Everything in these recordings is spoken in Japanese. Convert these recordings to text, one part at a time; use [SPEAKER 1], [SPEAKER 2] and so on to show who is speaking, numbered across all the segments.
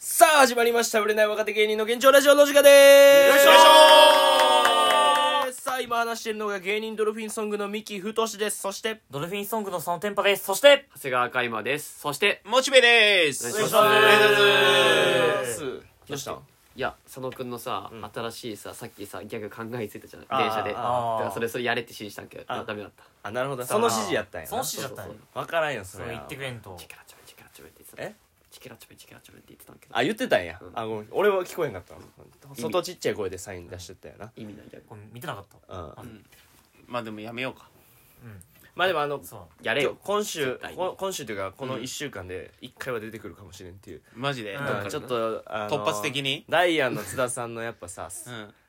[SPEAKER 1] 始まりました売れない若手芸人の現状ラジオの時間で
[SPEAKER 2] よ
[SPEAKER 1] す
[SPEAKER 2] いしょよいし
[SPEAKER 1] さあ今話しているのが芸人ドルフィンソングの三木太志ですそして
[SPEAKER 3] ドルフィンソングのそのテンパです。そして、
[SPEAKER 2] 長谷川海馬ですそしてモチベです
[SPEAKER 1] お願いし
[SPEAKER 2] お
[SPEAKER 1] ます
[SPEAKER 2] 願いします
[SPEAKER 1] どうした
[SPEAKER 2] いや佐野くんのさ、新しいささっきさギャグ考えついたじゃん
[SPEAKER 1] あー
[SPEAKER 2] 電車でだ
[SPEAKER 1] あ
[SPEAKER 3] ー
[SPEAKER 2] からそれそれやれって指示したんけど
[SPEAKER 1] あ
[SPEAKER 2] ダメだった
[SPEAKER 1] あなるほどその指示やったんや
[SPEAKER 3] その指示だったん
[SPEAKER 2] そ
[SPEAKER 3] や
[SPEAKER 2] うそう。
[SPEAKER 1] 分からんよそ
[SPEAKER 3] そ
[SPEAKER 1] れ
[SPEAKER 3] れ
[SPEAKER 1] は
[SPEAKER 3] 言ってくれんと。
[SPEAKER 2] チキラチョベチキラチョベって言ってた
[SPEAKER 1] え
[SPEAKER 2] チキラチョベチキラチョベって言ってたんけど
[SPEAKER 1] あ言ってたんや
[SPEAKER 2] うん
[SPEAKER 1] あごめん俺は聞こえんかったわ外ちっちゃい声でサイン出してたよな
[SPEAKER 2] 意味ないギャグ
[SPEAKER 3] これ見てなかった。
[SPEAKER 1] うん
[SPEAKER 4] まあでもやめようか
[SPEAKER 1] まあでもあの
[SPEAKER 3] そう。
[SPEAKER 2] やれよ
[SPEAKER 1] 今週
[SPEAKER 2] 絶対に
[SPEAKER 1] こ今週というかこの1週間で1回は出てくるかもしれんっていう
[SPEAKER 4] マジで、
[SPEAKER 3] う
[SPEAKER 4] うんん
[SPEAKER 1] うんちょっとあの
[SPEAKER 4] 突発的に
[SPEAKER 1] ダイアンの津田さんのやっぱさ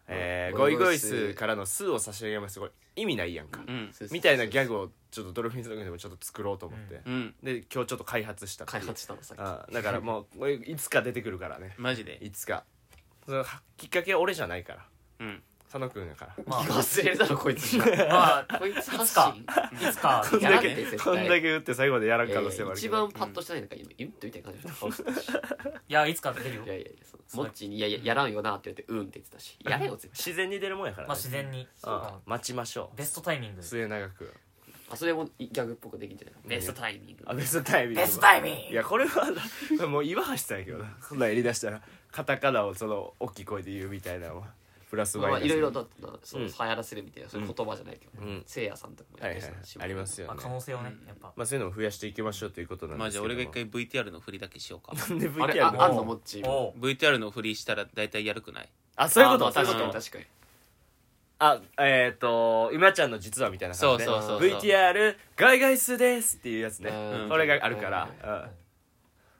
[SPEAKER 1] えーゴ
[SPEAKER 2] ゴ
[SPEAKER 1] イ
[SPEAKER 2] イ
[SPEAKER 1] ゴ
[SPEAKER 2] ゴ
[SPEAKER 1] イ
[SPEAKER 2] イ
[SPEAKER 1] ス
[SPEAKER 2] ス
[SPEAKER 1] ーからの「スー」を差し上げますこれ意味ないやんか、
[SPEAKER 4] うん
[SPEAKER 1] みたいなギャグをちょっとドルフィンズのでもちょっと作ろうと思って、
[SPEAKER 4] うん
[SPEAKER 1] で今日ちょっと開発したってい
[SPEAKER 2] 開
[SPEAKER 1] う
[SPEAKER 2] 発したのさっき
[SPEAKER 1] あーだからもうこれいつか出てくるからね
[SPEAKER 4] マジで
[SPEAKER 1] いつかそのはきっかけは俺じゃないから
[SPEAKER 4] うん
[SPEAKER 1] 佐野くんやから
[SPEAKER 3] まあ、
[SPEAKER 2] 忘れるだろこいつ
[SPEAKER 3] まあ、
[SPEAKER 2] こいつ発
[SPEAKER 3] か
[SPEAKER 2] 信
[SPEAKER 3] いつか、
[SPEAKER 1] こん
[SPEAKER 2] や
[SPEAKER 1] だ
[SPEAKER 2] らんて
[SPEAKER 1] け
[SPEAKER 2] 絶
[SPEAKER 1] こんだ
[SPEAKER 2] 対
[SPEAKER 1] け打って最後でやらん
[SPEAKER 2] いや
[SPEAKER 1] 可
[SPEAKER 2] い
[SPEAKER 1] 能性も
[SPEAKER 2] や
[SPEAKER 1] あるけ
[SPEAKER 2] 一
[SPEAKER 1] ど
[SPEAKER 2] 番パッとしてないのか今言ってみたいな感じだった顔してたし
[SPEAKER 3] いや、いつか出るよ
[SPEAKER 2] い。やいやいやそのモッチーに「いやいややらんよな」って言って「うん」って言ってたし「やれよ」絶対
[SPEAKER 1] 自然に出るもんやから、ね
[SPEAKER 3] まあ、自然に。
[SPEAKER 1] あー待ちましょ
[SPEAKER 3] ベストタイミング
[SPEAKER 1] う。末永く
[SPEAKER 2] あそれもギャグっぽくできんじゃないベストタイミング
[SPEAKER 1] あベストタイミング
[SPEAKER 3] ベストタイミング
[SPEAKER 1] いやこれはもう岩橋さんやけどなそんなんやりだしたらカタカナをその大きい声で言うみたいなのはプラス
[SPEAKER 2] まあ
[SPEAKER 1] マイナ
[SPEAKER 2] まあ
[SPEAKER 1] ス
[SPEAKER 2] いろいろだってなそうの
[SPEAKER 1] ん
[SPEAKER 2] 流行らせるみたいなそういう言葉じゃないけど
[SPEAKER 1] う
[SPEAKER 2] ね
[SPEAKER 1] ん
[SPEAKER 2] せいやさんとかも
[SPEAKER 1] はい
[SPEAKER 2] や
[SPEAKER 1] はい
[SPEAKER 2] って
[SPEAKER 1] はい
[SPEAKER 2] たし
[SPEAKER 1] ありますよ
[SPEAKER 3] まあ、
[SPEAKER 1] ね
[SPEAKER 3] 可能性をね、やっぱ。
[SPEAKER 1] まあそういうのを増やしていきましょうということなん
[SPEAKER 4] マ
[SPEAKER 1] ですけ
[SPEAKER 4] ジ
[SPEAKER 1] ど
[SPEAKER 4] で俺が一回 VTR の振りだけしようか
[SPEAKER 1] なんで
[SPEAKER 2] あれ
[SPEAKER 1] VTR
[SPEAKER 2] あ
[SPEAKER 1] の
[SPEAKER 2] あんのモッチー
[SPEAKER 3] おう
[SPEAKER 4] VTR の振りしたら大体やるくない
[SPEAKER 1] あそういうこと
[SPEAKER 2] あまあ
[SPEAKER 1] そういうこ
[SPEAKER 2] 確か
[SPEAKER 1] と
[SPEAKER 2] に確かに
[SPEAKER 1] あえっ、と今ちゃんの実はみたいな感じで
[SPEAKER 4] そうそうそうそう
[SPEAKER 1] VTR 外外数ですっていうやつね
[SPEAKER 2] うん
[SPEAKER 1] これがあるか
[SPEAKER 2] う
[SPEAKER 1] ら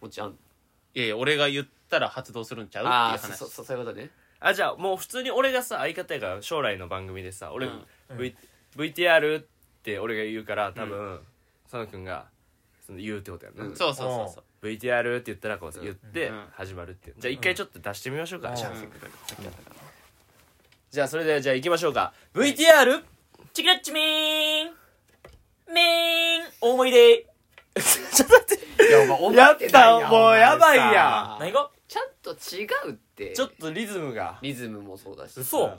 [SPEAKER 2] モッチーあんの
[SPEAKER 4] いやいや俺が言ったら発動するんちゃうって
[SPEAKER 2] ああ
[SPEAKER 4] いう話
[SPEAKER 2] そうそうそういうことね
[SPEAKER 1] うんあじゃあもう普通に俺がさ相方やから将来の番組でさ俺、
[SPEAKER 4] うん
[SPEAKER 1] v VTR って俺が言うから多分、佐野くんがその言うってことやんな、
[SPEAKER 2] うん
[SPEAKER 4] そうそうそうそう
[SPEAKER 1] VTR って言ったらこう言って
[SPEAKER 4] うん
[SPEAKER 1] 始まるっていうじゃあ一回ちょっと出してみましょうか、
[SPEAKER 3] うん
[SPEAKER 1] じゃあ
[SPEAKER 3] うん
[SPEAKER 1] じゃあそれではじゃあ行きましょうか VTR
[SPEAKER 3] チキラッチミーンミーン大盛りで
[SPEAKER 1] ちょっと待って
[SPEAKER 2] いやお前
[SPEAKER 1] や
[SPEAKER 2] 思
[SPEAKER 1] って
[SPEAKER 2] ない
[SPEAKER 1] たもうやばいや
[SPEAKER 2] あ
[SPEAKER 3] 何が
[SPEAKER 2] ちゃんと違うって
[SPEAKER 1] んちょっとリズムが
[SPEAKER 2] リズムもそうだし
[SPEAKER 3] 嘘
[SPEAKER 1] うん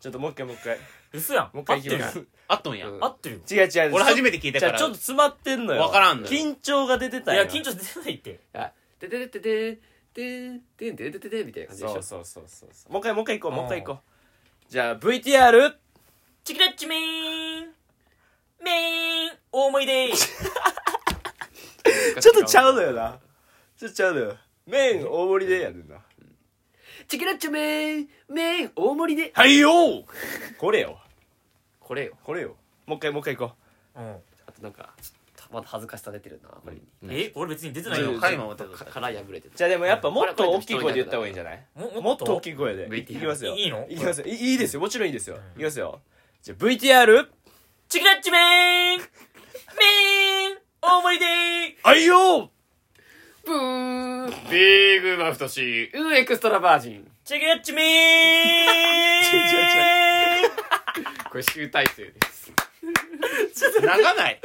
[SPEAKER 1] ちょっともう一回もう一回
[SPEAKER 3] 嘘やん。
[SPEAKER 1] もう一回
[SPEAKER 3] 合っ
[SPEAKER 1] いき
[SPEAKER 3] てる
[SPEAKER 1] ま
[SPEAKER 3] やん
[SPEAKER 1] す
[SPEAKER 4] あっとんや
[SPEAKER 2] うん
[SPEAKER 3] 合ってるよ。
[SPEAKER 1] 違う違う
[SPEAKER 4] 俺初めて聞いたから
[SPEAKER 1] じゃあちょっと詰まってんのよ
[SPEAKER 4] わからんのよ
[SPEAKER 1] 緊張が出てた
[SPEAKER 3] い
[SPEAKER 1] んよ
[SPEAKER 3] や、緊張してないって。
[SPEAKER 2] あでででででででででででみたいな感じでし
[SPEAKER 1] そ
[SPEAKER 2] ょ
[SPEAKER 1] うそうそうそうそうもう一回もう一回行こう
[SPEAKER 3] うん
[SPEAKER 1] もう一回行こうじゃあ VTR
[SPEAKER 3] チキラッチミーンミーン大盛りで
[SPEAKER 1] ちょっとちゃうのよなちょっとちゃうのよ麺大盛りでやるな
[SPEAKER 2] チキラッチョメーンメーン大盛りで
[SPEAKER 1] はいよこれよ
[SPEAKER 2] これよ
[SPEAKER 1] これよもう一回もう一回行こ
[SPEAKER 3] うん。
[SPEAKER 2] あとなんかちょっとまだ恥ずかしさ出てるなこれに
[SPEAKER 3] え俺別に出てない
[SPEAKER 4] ちょ
[SPEAKER 3] よ
[SPEAKER 4] っと。海馬も出て
[SPEAKER 2] か
[SPEAKER 4] た
[SPEAKER 2] 殻破れて
[SPEAKER 1] う
[SPEAKER 2] る
[SPEAKER 1] じゃあでもやっぱもっと大きい声で言った方がいいんじゃない
[SPEAKER 3] も
[SPEAKER 1] もっと大きい声で
[SPEAKER 2] VTR
[SPEAKER 1] いきますよ
[SPEAKER 3] いいの
[SPEAKER 1] いきますよいいいですよもちろんいいですよいきますよじゃあ VTR
[SPEAKER 3] チキラッチメーンメーン大盛りで
[SPEAKER 1] はいよ
[SPEAKER 2] ブー
[SPEAKER 4] ビーグマフトシ
[SPEAKER 2] うんエクストラバージン
[SPEAKER 3] チキラッチメ
[SPEAKER 1] 違
[SPEAKER 3] ー
[SPEAKER 1] う
[SPEAKER 3] ン
[SPEAKER 2] これ集大成です
[SPEAKER 4] ー泣かない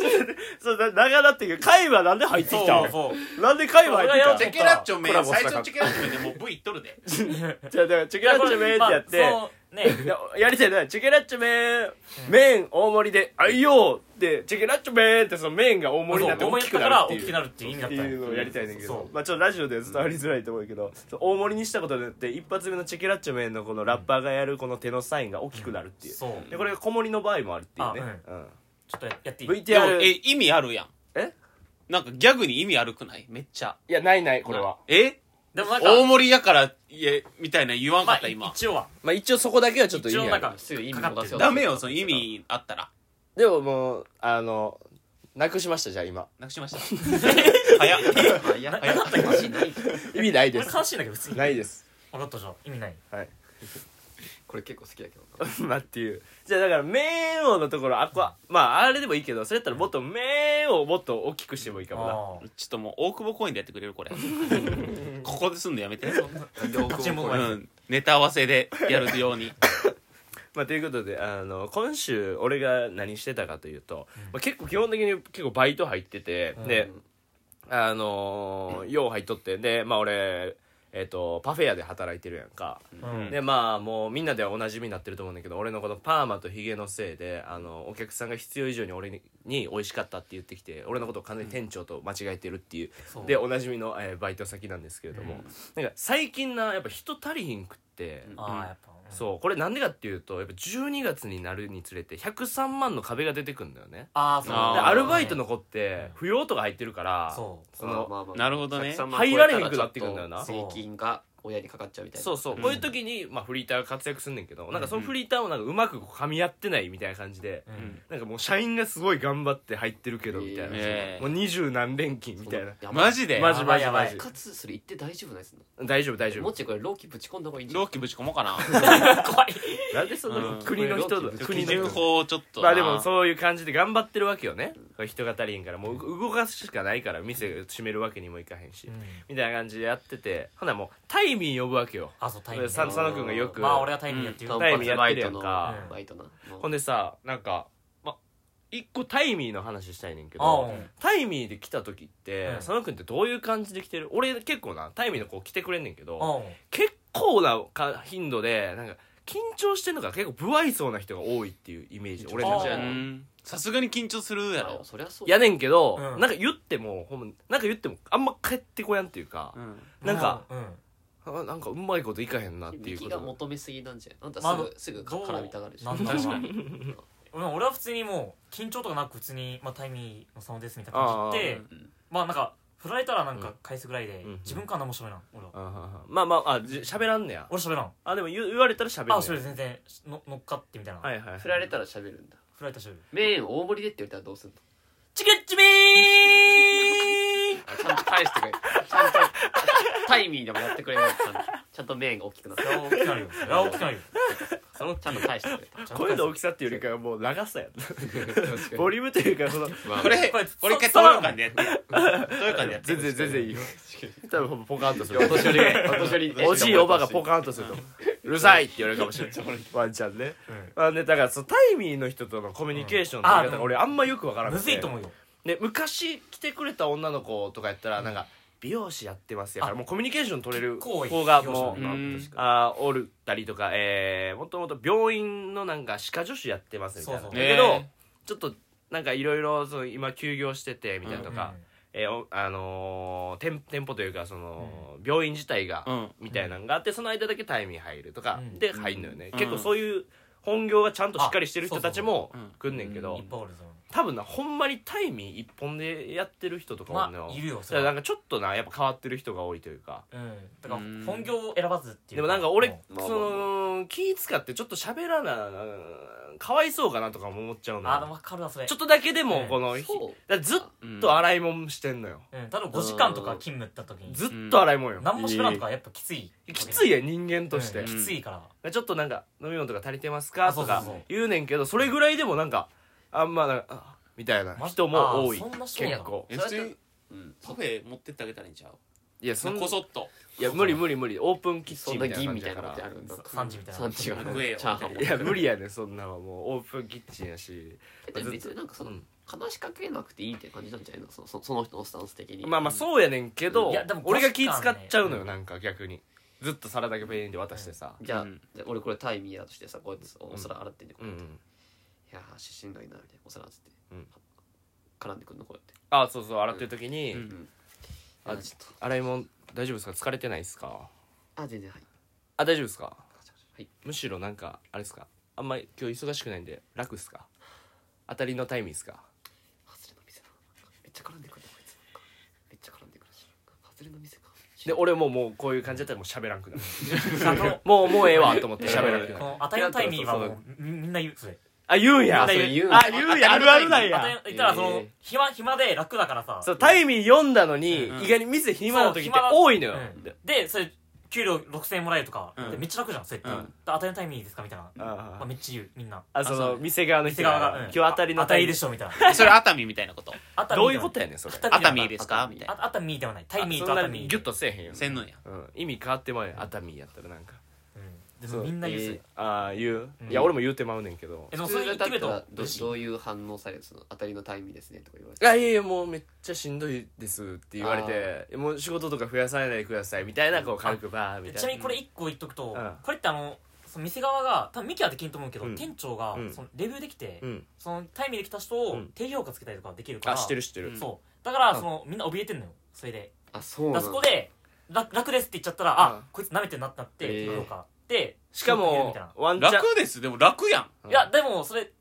[SPEAKER 1] そうだ長田っていうか会話なんで入ってきた
[SPEAKER 3] そうそう。
[SPEAKER 1] なんで会話入ってき
[SPEAKER 4] チ
[SPEAKER 1] た
[SPEAKER 4] ェケラッチョメ
[SPEAKER 2] コラボした
[SPEAKER 4] 最
[SPEAKER 2] か
[SPEAKER 4] 初のチェケラッチョメでもう V いっとるで
[SPEAKER 1] じゃあだからチェケラッチョメーってやって、
[SPEAKER 3] まあそのね、
[SPEAKER 1] いややりたいなチェケラッチョメー麺大盛りで「あいよ!」ってチェケラッチョメーってその麺が大盛りになって
[SPEAKER 3] そう
[SPEAKER 1] 大
[SPEAKER 3] 大
[SPEAKER 1] き
[SPEAKER 3] 盛
[SPEAKER 1] く
[SPEAKER 3] りだ
[SPEAKER 1] なる
[SPEAKER 3] から
[SPEAKER 1] って
[SPEAKER 3] 大
[SPEAKER 1] いう
[SPEAKER 3] きくなるっていう意味だ
[SPEAKER 1] っ
[SPEAKER 3] ってた
[SPEAKER 1] いうのをやりたいねんだけ
[SPEAKER 3] そ
[SPEAKER 1] ど
[SPEAKER 3] う
[SPEAKER 1] まあちょっとラジオでは伝わりづらいと思うけどそう大盛りにしたことによって一発目のチェケラッチョメンのこのラッパーがやるこの手のサインが大きくなるっていう
[SPEAKER 3] そう。
[SPEAKER 1] でこれが小盛りの場合もあるっていうねうん
[SPEAKER 3] ちょっとやっていい
[SPEAKER 4] でも
[SPEAKER 1] VTR
[SPEAKER 4] え意味あるやん
[SPEAKER 1] え
[SPEAKER 4] なんかギャグに意味あるくないめっちゃ
[SPEAKER 1] いやないないこれは
[SPEAKER 4] え
[SPEAKER 3] でもなんか、
[SPEAKER 4] 大盛りやからいえみたいな言わん
[SPEAKER 3] ま
[SPEAKER 4] か
[SPEAKER 3] あ
[SPEAKER 4] った今
[SPEAKER 3] 一応は。
[SPEAKER 1] まあ一応そこだけはちょっと意
[SPEAKER 3] 一応
[SPEAKER 1] 味
[SPEAKER 3] な
[SPEAKER 1] あ
[SPEAKER 3] ん
[SPEAKER 1] る
[SPEAKER 3] か、
[SPEAKER 2] すぐ意味
[SPEAKER 3] かかっ
[SPEAKER 2] も
[SPEAKER 3] て
[SPEAKER 2] 出せ
[SPEAKER 3] る
[SPEAKER 2] よ
[SPEAKER 4] ダメよその意味あったら
[SPEAKER 1] でももうあのなくしましたじゃあ今
[SPEAKER 4] なくしました早っ
[SPEAKER 2] まあいや
[SPEAKER 3] ななかったっけ
[SPEAKER 2] マジない
[SPEAKER 1] 意味ないで
[SPEAKER 3] 俺
[SPEAKER 1] す
[SPEAKER 3] 悲しいんだけど、別に。
[SPEAKER 1] ないです
[SPEAKER 3] 分かったじゃん。意味ない。
[SPEAKER 1] はい
[SPEAKER 2] これ結構好きだけど
[SPEAKER 1] まあっていうじゃあだから「めーを」のところあこはまああれでもいいけどそれやったらもっと「めーを」もっと大きくしてもいいかもな
[SPEAKER 3] あ
[SPEAKER 4] ちょっともう大久保公園でやってくれ るこれここですんのやめて、
[SPEAKER 2] なで大
[SPEAKER 3] 立ちんぼ
[SPEAKER 4] う
[SPEAKER 3] 前
[SPEAKER 4] ん、ネタ合わせでやるように
[SPEAKER 1] まあということであの今週俺が何してたかというと、まあ、結構基本的に結構バイト入ってて、であのーよう入っとってでまあ俺えっとパフェ屋で働いてるやんか、
[SPEAKER 5] うん
[SPEAKER 1] でまあもうみんなでおなじみになってると思うんだけど俺のこのパーマとヒゲのせいであのお客さんが必要以上に俺にに美味しかったって言ってきて俺のことを完全に店長と間違えてるっていう、
[SPEAKER 2] そう
[SPEAKER 1] でおなじみの、えーバイト先なんですけれども、なんか最近なやっぱ人足りひんくって、
[SPEAKER 5] ああやっぱ
[SPEAKER 1] そうこれなんでかっていうとやっぱ12月になるにつれて103万の壁が出てくんだよね
[SPEAKER 5] ああそう
[SPEAKER 1] で
[SPEAKER 4] あー
[SPEAKER 1] アルバイトの子って扶養とか入ってるから
[SPEAKER 5] そう
[SPEAKER 1] その
[SPEAKER 2] まあまあ
[SPEAKER 4] なるほどね
[SPEAKER 2] 103万
[SPEAKER 1] 入られへんくなってくんだよな
[SPEAKER 2] 超えたらちょっと税金が親にかかっちゃうみたいな
[SPEAKER 1] そうそう、
[SPEAKER 4] うん
[SPEAKER 1] こういう時に、まあ、フリーターが活躍すんねんけどなんかそのフリーターをなんかうまくこう噛み合ってないみたいな感じで、
[SPEAKER 5] うん
[SPEAKER 1] なんかもう社員がすごい頑張って入ってるけどみたいな、
[SPEAKER 4] ええ
[SPEAKER 1] もう二十何連勤みたいな
[SPEAKER 2] やば
[SPEAKER 4] マジで
[SPEAKER 1] マジマジ
[SPEAKER 5] やば
[SPEAKER 1] マ
[SPEAKER 5] い
[SPEAKER 1] ジ
[SPEAKER 5] や
[SPEAKER 2] かつそれ言って大丈夫なんです
[SPEAKER 1] 大丈夫大丈
[SPEAKER 2] もっ
[SPEAKER 1] 夫
[SPEAKER 2] ちこれローキぶち込んだ方がいいんじゃ
[SPEAKER 4] 同
[SPEAKER 2] ん
[SPEAKER 4] 期ぶち込もうかな
[SPEAKER 1] なんでその国の人
[SPEAKER 2] うん
[SPEAKER 1] だ
[SPEAKER 2] これ
[SPEAKER 1] 国
[SPEAKER 4] 基
[SPEAKER 1] の人
[SPEAKER 4] 準法をちょっと
[SPEAKER 1] ま
[SPEAKER 4] な
[SPEAKER 1] あでもそういう感じで頑張ってるわけよね、人が足りんからもう動かすしかないから店閉めるわけにもいかへんし、みたいな感じでやっててほなもうタイミー呼ぶわけよ
[SPEAKER 5] あそうタイミン
[SPEAKER 1] で
[SPEAKER 5] グ
[SPEAKER 1] さ佐野君がよく、
[SPEAKER 5] まあ俺がタイミングやってる
[SPEAKER 1] うん
[SPEAKER 5] タ
[SPEAKER 1] タ
[SPEAKER 5] イ
[SPEAKER 1] イ
[SPEAKER 5] ミン
[SPEAKER 1] ミ
[SPEAKER 5] グ
[SPEAKER 1] ングや
[SPEAKER 2] 単発バ
[SPEAKER 1] って
[SPEAKER 2] イ
[SPEAKER 1] るや
[SPEAKER 2] ト
[SPEAKER 1] ん
[SPEAKER 2] の
[SPEAKER 1] か
[SPEAKER 2] バイトなもう
[SPEAKER 1] ほんでさなんか、ま、一個タイミーの話したいねんけ
[SPEAKER 5] あ
[SPEAKER 1] どタイミーで来た時って、
[SPEAKER 5] うん
[SPEAKER 1] 佐野君ってどういう感じで来てる俺結構なタイミーの子来てくれんねんけど、
[SPEAKER 5] あ
[SPEAKER 1] 結構なか頻度でなんか緊張してんのか結構不愛想な人が多いっていうイメージ俺の
[SPEAKER 5] 緊張
[SPEAKER 1] 中
[SPEAKER 5] し
[SPEAKER 1] で
[SPEAKER 5] てる
[SPEAKER 4] うんさすがに緊張するや
[SPEAKER 2] まあ
[SPEAKER 4] ろ
[SPEAKER 2] そりゃそう
[SPEAKER 1] やねんけど、
[SPEAKER 5] うん
[SPEAKER 1] なんか言ってもほんまなんか言ってもあんま帰ってこやんっていうか、なんか、
[SPEAKER 5] うん
[SPEAKER 1] あなんかうまいこといかへんなっていうこ
[SPEAKER 2] 力が
[SPEAKER 1] と
[SPEAKER 2] 求めすぎなんじゃんあんた
[SPEAKER 5] ますだ
[SPEAKER 2] ぐすぐか絡みたがるし
[SPEAKER 5] どうなんだろう
[SPEAKER 4] 確 かに
[SPEAKER 5] うん俺は普通にもう緊張とかなく普通に、まあ、タイミーの佐野ですみたいな感じで言ってまあなんか振られたらなんか返すぐらいで、
[SPEAKER 1] うん
[SPEAKER 5] 自分から何も喋らん俺は
[SPEAKER 1] あははまあまああじ喋らんねや
[SPEAKER 5] 俺喋らん
[SPEAKER 1] あでも言う言われたら喋るね
[SPEAKER 5] あそれ全然の乗っかってみたいな、
[SPEAKER 1] はいはい
[SPEAKER 2] 振られたら喋るんだ
[SPEAKER 5] 振られた喋る
[SPEAKER 2] メーン大盛りでって言われたらどうすんの
[SPEAKER 3] チキッチミーン
[SPEAKER 2] あちゃんと返してくれちゃんとタイミーでもやってくれるちゃんとちゃんとメーンが大きくなって
[SPEAKER 5] それは大きくな るよそれは大きくなるよ
[SPEAKER 2] そのちゃんと返してくれ
[SPEAKER 5] ちゃんと
[SPEAKER 1] 声の大きさっていうよりかはもう長さや
[SPEAKER 2] 確 か
[SPEAKER 1] ボリュームというかその
[SPEAKER 2] まあ
[SPEAKER 4] これ
[SPEAKER 5] これ
[SPEAKER 4] これ一回
[SPEAKER 5] そ
[SPEAKER 4] 東洋館でやって東洋館でやって
[SPEAKER 1] 全然全然いいよ多分ほんまポカンとする
[SPEAKER 2] お年寄りがお年寄り
[SPEAKER 1] おじいおばがポカンとすると思ううるさいって言われるかもしれないワンちゃんね、あねだからそのタイミーの人とのコミュニケーションの取り
[SPEAKER 5] うんあ
[SPEAKER 1] 方が俺あんまよくわからな
[SPEAKER 5] む
[SPEAKER 1] く
[SPEAKER 5] ず
[SPEAKER 1] て
[SPEAKER 5] いと思うよ
[SPEAKER 1] で昔来てくれた女の子とかやったらなんか美容師やってますやから
[SPEAKER 5] あ
[SPEAKER 1] もうコミュニケーション取れる
[SPEAKER 5] 結構いい
[SPEAKER 1] 子がもう
[SPEAKER 5] 美容
[SPEAKER 4] 師の女の子
[SPEAKER 1] うん
[SPEAKER 4] 確
[SPEAKER 1] あーおるったりとかえーもともと病院のなんか歯科助手やってますみたいな
[SPEAKER 5] そうそう
[SPEAKER 1] だけど、
[SPEAKER 4] ね
[SPEAKER 1] ちょっとなんかいろいろその今休業しててみたいなとか、
[SPEAKER 5] うん
[SPEAKER 1] えーおあのー店店舗というかその、病院自体が、
[SPEAKER 4] うん
[SPEAKER 1] みたいなのがあってその間だけタイミング入るとか、
[SPEAKER 5] うん
[SPEAKER 1] で入んのよね、
[SPEAKER 4] うん
[SPEAKER 1] 結構そういう本業がちゃんとしっかりしてる人たちも
[SPEAKER 4] あそうそうそう
[SPEAKER 1] 来んねんけど、
[SPEAKER 5] いっぱいおるぞ
[SPEAKER 1] 多分なほんまにタイミー一本でやってる人とかも
[SPEAKER 5] ま
[SPEAKER 1] よ
[SPEAKER 5] あいるよ
[SPEAKER 1] だ
[SPEAKER 5] そ
[SPEAKER 1] か
[SPEAKER 5] れ
[SPEAKER 1] ら
[SPEAKER 5] は
[SPEAKER 1] なんかちょっとなやっぱ変わってる人が多いというか
[SPEAKER 5] うんだから
[SPEAKER 4] うん
[SPEAKER 5] 本業を選ばずっていう
[SPEAKER 1] でもなんか俺、
[SPEAKER 5] う
[SPEAKER 2] まあまあ
[SPEAKER 1] その気使ってちょっと喋らなかわいそうかなとかも思っちゃうの
[SPEAKER 5] あで
[SPEAKER 1] よ
[SPEAKER 5] も分かるわそれ
[SPEAKER 1] ちょっとだけで
[SPEAKER 5] う
[SPEAKER 1] も
[SPEAKER 5] ん
[SPEAKER 1] この、ひ
[SPEAKER 2] そう
[SPEAKER 1] だからずっと洗い物してんのよ、
[SPEAKER 5] うんただ5時間とか勤務行った時に
[SPEAKER 1] ずっと洗い物よ、
[SPEAKER 5] 何も喋らんとかやっぱきつい
[SPEAKER 1] きついやん人間として、
[SPEAKER 5] うんきついから
[SPEAKER 1] ちょっとなんか飲み物とか足りてますか
[SPEAKER 5] あ
[SPEAKER 1] と
[SPEAKER 5] そうそう
[SPEAKER 1] か
[SPEAKER 5] そう
[SPEAKER 1] 言うねんけどそれぐらいでもなんかあんまなんかあみたいな
[SPEAKER 5] ま
[SPEAKER 1] 人も多い
[SPEAKER 5] あそんな
[SPEAKER 1] 結
[SPEAKER 5] 人なんだ
[SPEAKER 1] 構
[SPEAKER 4] え普通にうんパフェ持ってってあげたらいいんちゃう
[SPEAKER 1] いやそん
[SPEAKER 4] こそっと
[SPEAKER 1] いや無理無理無理オープンキッ
[SPEAKER 2] そ
[SPEAKER 1] チン
[SPEAKER 2] んな
[SPEAKER 1] みたい
[SPEAKER 2] 銀
[SPEAKER 1] な
[SPEAKER 2] み
[SPEAKER 1] 感じや
[SPEAKER 2] たい
[SPEAKER 1] か
[SPEAKER 2] なのってあ
[SPEAKER 1] ら
[SPEAKER 2] るんだ
[SPEAKER 5] 産地みたいな
[SPEAKER 2] 産地があ
[SPEAKER 4] 食え
[SPEAKER 2] る
[SPEAKER 4] よ
[SPEAKER 2] チャーハンも
[SPEAKER 1] いや無理やねんそんなんはもうオープンキッチンやし
[SPEAKER 2] でも別になんかその、
[SPEAKER 1] うん
[SPEAKER 2] 話しかけなくていいって感じなんじゃないのそそその人のスタンス的に
[SPEAKER 1] まあまあそうやねんけど
[SPEAKER 5] いやでも
[SPEAKER 1] 俺が気
[SPEAKER 5] 確
[SPEAKER 1] 使
[SPEAKER 5] か
[SPEAKER 1] っ
[SPEAKER 5] にね
[SPEAKER 1] ちゃうのよなんか逆にずっと皿だけペインで渡してさ
[SPEAKER 2] じゃあ、
[SPEAKER 4] うん
[SPEAKER 2] じゃあ俺これタイミーだとしてさこうやっておお皿洗ってんでこ
[SPEAKER 1] う
[SPEAKER 2] うやって、い
[SPEAKER 1] ん
[SPEAKER 2] やーししんどいなみたいなお皿洗ってて、
[SPEAKER 1] うん
[SPEAKER 2] 絡んでくるのこうやって
[SPEAKER 1] あそうそう洗ってる時に
[SPEAKER 4] うん
[SPEAKER 2] あ
[SPEAKER 1] あ
[SPEAKER 2] ちょっ
[SPEAKER 1] 洗い物大丈夫ですか疲れてないですか
[SPEAKER 2] とあ全然はい
[SPEAKER 1] あ大丈夫ですか
[SPEAKER 2] はい
[SPEAKER 1] むしろなんかあれですかあんまり今日忙しくないんで楽っすか当たりのタイミングですか
[SPEAKER 2] 外れの店だめっちゃ絡んでくるなこいつめっちゃ絡んでくるし外れの店か
[SPEAKER 1] で俺ももうこういう感じだったらもう喋らんくなる
[SPEAKER 5] あの
[SPEAKER 1] もうもうええわと思って喋らんくなる
[SPEAKER 5] この値のタイミーはもうみみんな言うそれ
[SPEAKER 1] あ言うんや
[SPEAKER 5] あそれ
[SPEAKER 2] 言うんや
[SPEAKER 1] あ言うんやあるあるなんや
[SPEAKER 5] 値言ったらそ
[SPEAKER 2] え
[SPEAKER 5] の
[SPEAKER 2] ー
[SPEAKER 5] 暇暇で楽だからさ
[SPEAKER 1] そうタイミー読んだのに、
[SPEAKER 4] うん
[SPEAKER 1] 意外に店暇な時って
[SPEAKER 5] そう暇
[SPEAKER 1] 多いのよ、
[SPEAKER 5] うん
[SPEAKER 1] で
[SPEAKER 5] でそれ給料6000円もらえるとか
[SPEAKER 4] うん
[SPEAKER 5] でめっちゃ楽じゃんそれって
[SPEAKER 4] うん
[SPEAKER 5] で当たりのタイミーですかみたいな
[SPEAKER 1] あ
[SPEAKER 5] まあめっちゃ言うみんな
[SPEAKER 1] あその店側の人
[SPEAKER 5] 店側が
[SPEAKER 1] が
[SPEAKER 5] うん
[SPEAKER 1] 今日当たりの
[SPEAKER 5] 当たりで
[SPEAKER 1] し
[SPEAKER 5] しょみたいな
[SPEAKER 4] それ熱海みたいなこと
[SPEAKER 5] 熱海
[SPEAKER 1] どういうことやねんそれ
[SPEAKER 5] 熱
[SPEAKER 4] 熱
[SPEAKER 5] 海
[SPEAKER 4] 海
[SPEAKER 5] で
[SPEAKER 4] で
[SPEAKER 5] は
[SPEAKER 4] すかみたいな
[SPEAKER 5] あ熱海ではないタイミー
[SPEAKER 1] あ
[SPEAKER 5] と
[SPEAKER 1] そん
[SPEAKER 5] 熱
[SPEAKER 1] な
[SPEAKER 5] 海
[SPEAKER 1] にギュッとせえへんよ、
[SPEAKER 4] せんのや
[SPEAKER 1] うん、意味変わってまうやん熱海やったらなんか
[SPEAKER 5] うんで
[SPEAKER 1] そ
[SPEAKER 5] も
[SPEAKER 1] う
[SPEAKER 5] みんな言うそ
[SPEAKER 1] い
[SPEAKER 5] れ
[SPEAKER 1] いああ言う、
[SPEAKER 5] うん
[SPEAKER 1] いや俺も言うてまうねんけど
[SPEAKER 5] えでもそれ言ってみる
[SPEAKER 2] 普通だ
[SPEAKER 5] と
[SPEAKER 2] ったらどどういう反応されるその当たりのタイミングですねとか言われて
[SPEAKER 1] あいやいやもうめっちゃしんどいですって言われてもう仕事とか増やさないでくださいみたいなこう軽くバーみたいな
[SPEAKER 5] ちなみにこれ1個言っとくと、
[SPEAKER 1] うん
[SPEAKER 5] これってあのその店側が多分ミキはできんと思うけど、
[SPEAKER 1] うん
[SPEAKER 5] 店長が
[SPEAKER 1] うん
[SPEAKER 5] そのレビューできて、
[SPEAKER 1] うん
[SPEAKER 5] そのタイミーで来た人
[SPEAKER 1] う
[SPEAKER 5] を
[SPEAKER 1] ん
[SPEAKER 5] 低評価つけたりとかできるから、
[SPEAKER 1] あ知ってる知ってる、
[SPEAKER 4] うん
[SPEAKER 5] そうだからそのみんな怯えてんのよそれで
[SPEAKER 2] あそう
[SPEAKER 5] だ
[SPEAKER 2] な
[SPEAKER 5] から
[SPEAKER 2] ん
[SPEAKER 5] そ
[SPEAKER 2] だ
[SPEAKER 5] こで楽楽ですって言っちゃったら、
[SPEAKER 1] うん
[SPEAKER 5] あこいつ舐めてんなってなって
[SPEAKER 2] えー
[SPEAKER 5] 低評価で
[SPEAKER 1] しか
[SPEAKER 5] 評価入れる
[SPEAKER 1] も
[SPEAKER 5] みたいな
[SPEAKER 1] ワンチャン
[SPEAKER 4] 楽ですでも楽やん
[SPEAKER 1] うん
[SPEAKER 5] いやでもそれ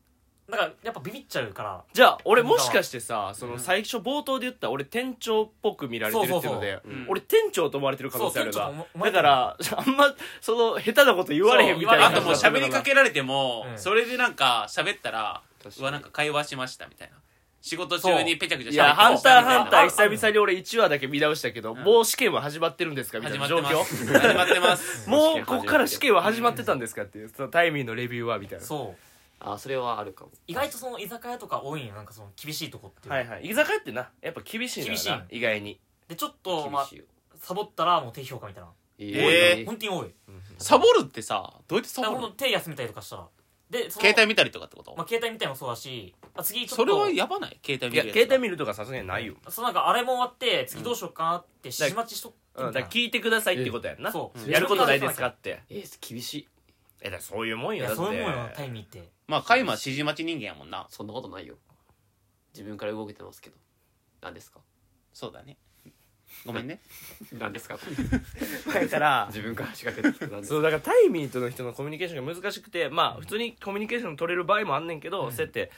[SPEAKER 5] なんかやっぱビビっちゃうから
[SPEAKER 1] じゃあ俺もしかしてさその最初冒頭で言った俺店長っぽく見られてるっていうので
[SPEAKER 4] そうそうそううん
[SPEAKER 1] 俺店長と思われてる可能性ある
[SPEAKER 5] そう
[SPEAKER 1] が
[SPEAKER 5] 店長と思わ
[SPEAKER 1] だ
[SPEAKER 5] れて
[SPEAKER 1] か
[SPEAKER 5] る
[SPEAKER 1] らあんまその下手なこと言われへんみたいな
[SPEAKER 4] あともう喋りかけられても、
[SPEAKER 5] うん
[SPEAKER 4] それでなんか喋ったら
[SPEAKER 2] 確か
[SPEAKER 4] う
[SPEAKER 2] に
[SPEAKER 4] わなんか会話しましたみたいな仕事中にペチャペチャ
[SPEAKER 1] い
[SPEAKER 4] しゃべ
[SPEAKER 1] や「
[SPEAKER 4] って
[SPEAKER 1] ハンターハンター」
[SPEAKER 4] みた
[SPEAKER 1] 久々に俺1話だけ見直したけど、
[SPEAKER 4] ん
[SPEAKER 1] もう試験は始まってるんですかみた
[SPEAKER 4] い
[SPEAKER 1] いな
[SPEAKER 4] な始
[SPEAKER 1] 状
[SPEAKER 4] まっ
[SPEAKER 1] 況
[SPEAKER 4] てます 始まってます
[SPEAKER 1] もうこっから試験は始まってたんですかっていうそのタイミーのレビューはみたいな
[SPEAKER 5] そう
[SPEAKER 2] あそれはあるかも
[SPEAKER 5] 意外とその居酒屋とか多いんよなんかその厳しいとこっていう、
[SPEAKER 1] はいはい居酒屋ってなやっぱ厳しいんだ
[SPEAKER 5] 厳しい
[SPEAKER 1] な意外に
[SPEAKER 5] でちょっと、ま
[SPEAKER 2] 厳
[SPEAKER 5] あ
[SPEAKER 2] しいよ、
[SPEAKER 5] サボったらもう低評価みたいな
[SPEAKER 4] え
[SPEAKER 2] え
[SPEAKER 5] 本当に多い
[SPEAKER 4] サボるってさどうやってサ
[SPEAKER 5] だから
[SPEAKER 4] ボ
[SPEAKER 5] ほ
[SPEAKER 4] る
[SPEAKER 5] ん
[SPEAKER 4] の
[SPEAKER 5] と手休めたりとかしたらでその
[SPEAKER 4] 携帯見たりとかってこと、
[SPEAKER 5] まあ、携帯みたいもそうだしあ次ちょっと
[SPEAKER 4] それはやばない携帯
[SPEAKER 1] い
[SPEAKER 4] 見
[SPEAKER 1] や
[SPEAKER 4] るやつ
[SPEAKER 1] 携帯見るとかさすがにないよ、
[SPEAKER 5] そうなんかあれも終わって次どうしようかなって指示待ちしとって
[SPEAKER 1] うん
[SPEAKER 5] み
[SPEAKER 1] だ
[SPEAKER 5] た
[SPEAKER 1] から
[SPEAKER 5] い
[SPEAKER 1] 聞いてくださいってことやん
[SPEAKER 5] な
[SPEAKER 1] な、
[SPEAKER 5] そう、
[SPEAKER 1] やることないですかって
[SPEAKER 2] えー厳しい
[SPEAKER 1] えだからそういうもん
[SPEAKER 5] い
[SPEAKER 1] よ
[SPEAKER 5] や
[SPEAKER 1] だって
[SPEAKER 5] そういうもんよタイミーって
[SPEAKER 4] まあカイマは指示待ち人間やもんな
[SPEAKER 2] そんなことないよ自分から動けてますけど何ですか
[SPEAKER 4] そうだねごめん ね
[SPEAKER 2] 何ですか
[SPEAKER 1] だから
[SPEAKER 2] 自分から仕掛けてきて何で す
[SPEAKER 1] そうだからタイミーとの人のコミュニケーションが難しくてまあ普通にコミュニケーション取れる場合もあんねんけど、
[SPEAKER 5] うん
[SPEAKER 1] そうやって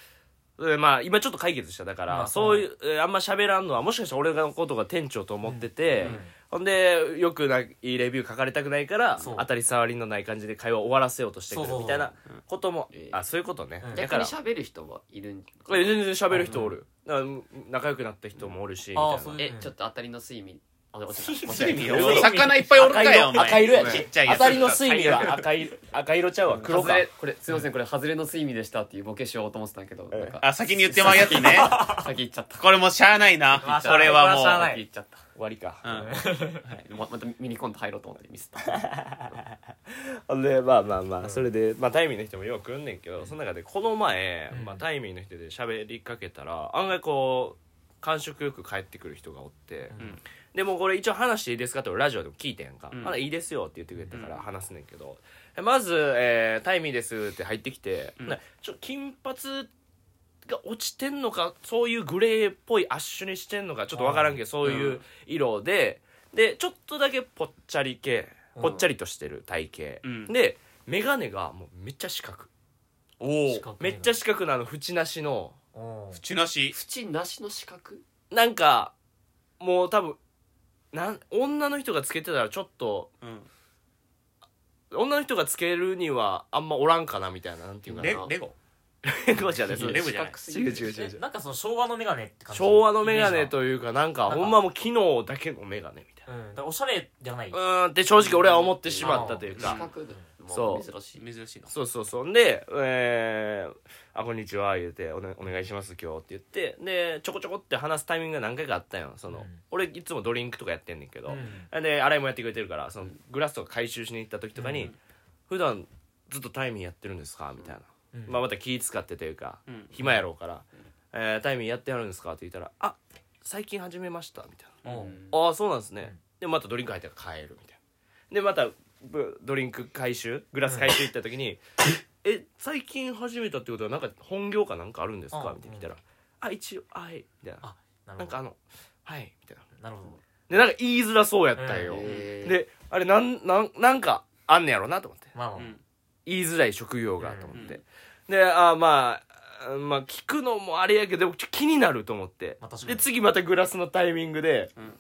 [SPEAKER 1] うんまあ今ちょっと解決しただから、
[SPEAKER 5] まあ
[SPEAKER 1] そういうえーあんま喋らんのはもしかしたら俺のことが店長と思ってて、
[SPEAKER 5] うん
[SPEAKER 1] ほんでよくないいレビュー書かれたくないから
[SPEAKER 5] そう
[SPEAKER 1] 当たり障りのない感じで会話を終わらせようとしてく
[SPEAKER 5] そうそ
[SPEAKER 1] る
[SPEAKER 5] うそう
[SPEAKER 1] みたいなことも
[SPEAKER 2] えー
[SPEAKER 1] あそういうことね、
[SPEAKER 5] うん
[SPEAKER 1] だ
[SPEAKER 2] 逆
[SPEAKER 1] か
[SPEAKER 2] に
[SPEAKER 1] ら
[SPEAKER 2] 喋る人はいるん
[SPEAKER 1] え全然喋る人おる、だからうん仲良くなった人もおるしみたい
[SPEAKER 5] あ
[SPEAKER 1] な
[SPEAKER 5] あそういう
[SPEAKER 2] えちょっと当たりの睡眠あお茶
[SPEAKER 5] 睡眠
[SPEAKER 2] お茶
[SPEAKER 1] 睡 眠
[SPEAKER 4] 魚いっぱいおるかよお前
[SPEAKER 1] 赤色や
[SPEAKER 4] ちっ
[SPEAKER 1] ね
[SPEAKER 4] ちゃいやつ
[SPEAKER 1] 当たりの睡眠は赤い赤色ちゃうわ黒
[SPEAKER 2] 黒
[SPEAKER 1] か
[SPEAKER 2] れこれすいませんこれ外れの睡眠でしたっていうボケしようと思ってたんやけどなんか
[SPEAKER 4] あ先に言ってまうやつね
[SPEAKER 2] 先行っちゃった
[SPEAKER 4] これもうしゃあない な
[SPEAKER 5] まあ
[SPEAKER 4] これはもう
[SPEAKER 5] しゃあない
[SPEAKER 2] 先行っちゃった
[SPEAKER 1] 終わりか
[SPEAKER 4] うん
[SPEAKER 2] はいままたミニコント入ろうと思ってミスった
[SPEAKER 1] でまあまあまあ、それで、まあ、タイミーの人もよく来んねんけど、その中でこの前、まあ、タイミーの人で喋りかけたら案外こう感触よく帰ってくる人がおって、
[SPEAKER 4] ん
[SPEAKER 1] でもうこれ一応話していいですかって俺ラジオでも聞いてんか、
[SPEAKER 4] ん
[SPEAKER 1] まだいいですよって言ってくれたから話すねんけど、えまず、えータイミーです」って入ってきて、なちょ金髪が落ちてんのかそういうグレーっぽいアッシュにしてんのかちょっと分からんけどそういう色で、でちょっとだけぽっちゃり系ぽっちゃりとしてる体型、
[SPEAKER 4] うん
[SPEAKER 1] で眼鏡がもうめっちゃ四角
[SPEAKER 4] お
[SPEAKER 5] 四
[SPEAKER 4] お
[SPEAKER 5] 角
[SPEAKER 1] めっちゃ四角なあの縁なしの
[SPEAKER 5] うん
[SPEAKER 4] 口なし
[SPEAKER 2] 縁なしの資格
[SPEAKER 1] なんかもう多分なん女の人がつけてたらちょっと
[SPEAKER 4] うん
[SPEAKER 1] 女の人がつけるにはあんまおらんかなみたいななんていうかな
[SPEAKER 4] レレゴ
[SPEAKER 1] レゴじゃないそれ
[SPEAKER 4] レゴじゃない
[SPEAKER 1] 違う違う違う違
[SPEAKER 5] え
[SPEAKER 1] う
[SPEAKER 5] なんかその昭和のメガネって感じ
[SPEAKER 1] 昭和の眼鏡
[SPEAKER 5] イ
[SPEAKER 1] というかなんか
[SPEAKER 5] なんか
[SPEAKER 1] ほんまもう機能だけの眼鏡みたい
[SPEAKER 5] メージがうんだからおしゃれじゃない
[SPEAKER 1] なうーんって正直俺は思ってしまったという
[SPEAKER 2] 資
[SPEAKER 1] か
[SPEAKER 2] 格
[SPEAKER 1] そ
[SPEAKER 2] も
[SPEAKER 1] う
[SPEAKER 2] 珍しい
[SPEAKER 4] 珍しいな
[SPEAKER 1] そうそうそうんで「えー、あこんにちは」言うてお、ね「お願いします今日」って言ってでちょこちょこって話すタイミングが何回かあったんよその、
[SPEAKER 5] うん
[SPEAKER 1] 俺いつもドリンクとかやってんねんけど、
[SPEAKER 5] うん
[SPEAKER 1] で洗いもやってくれてるからそのグラスとか回収しに行った時とかに「
[SPEAKER 4] うん
[SPEAKER 1] 普段ずっとタイミンやってるんですか?」みたいな、
[SPEAKER 5] うん
[SPEAKER 1] まあ、また気使ってというか、
[SPEAKER 4] うん
[SPEAKER 1] 暇やろうから「えー、タイミンやってはるんですか?」って言ったら「あ最近始めました」みたいな。
[SPEAKER 5] うん
[SPEAKER 1] ああそうなんですね、でまたドリンク入ったら帰るみたいなでまたぶドリンク回収グラス回収行った時に「え最近始めたってことはなんか本業かなんかあるんですか?」
[SPEAKER 5] うん
[SPEAKER 1] みたいな来たら「あ一応はい」みたいな
[SPEAKER 5] あな
[SPEAKER 1] 「な
[SPEAKER 5] るほ
[SPEAKER 1] んか
[SPEAKER 5] ど
[SPEAKER 1] あのはい」みたいな
[SPEAKER 5] なるほど
[SPEAKER 1] でなんか言いづらそうやったんよ、
[SPEAKER 2] えー
[SPEAKER 1] であれなんなんなんかあんねやろなと思って
[SPEAKER 5] まあまあ
[SPEAKER 4] うん
[SPEAKER 1] 言いづらい職業がと思って、
[SPEAKER 4] うん
[SPEAKER 1] であーまあうんまあ聞くのもあれやけどでもちょっと気になると思って、
[SPEAKER 5] まあ確かに
[SPEAKER 1] で次またグラスのタイミングで、
[SPEAKER 4] うん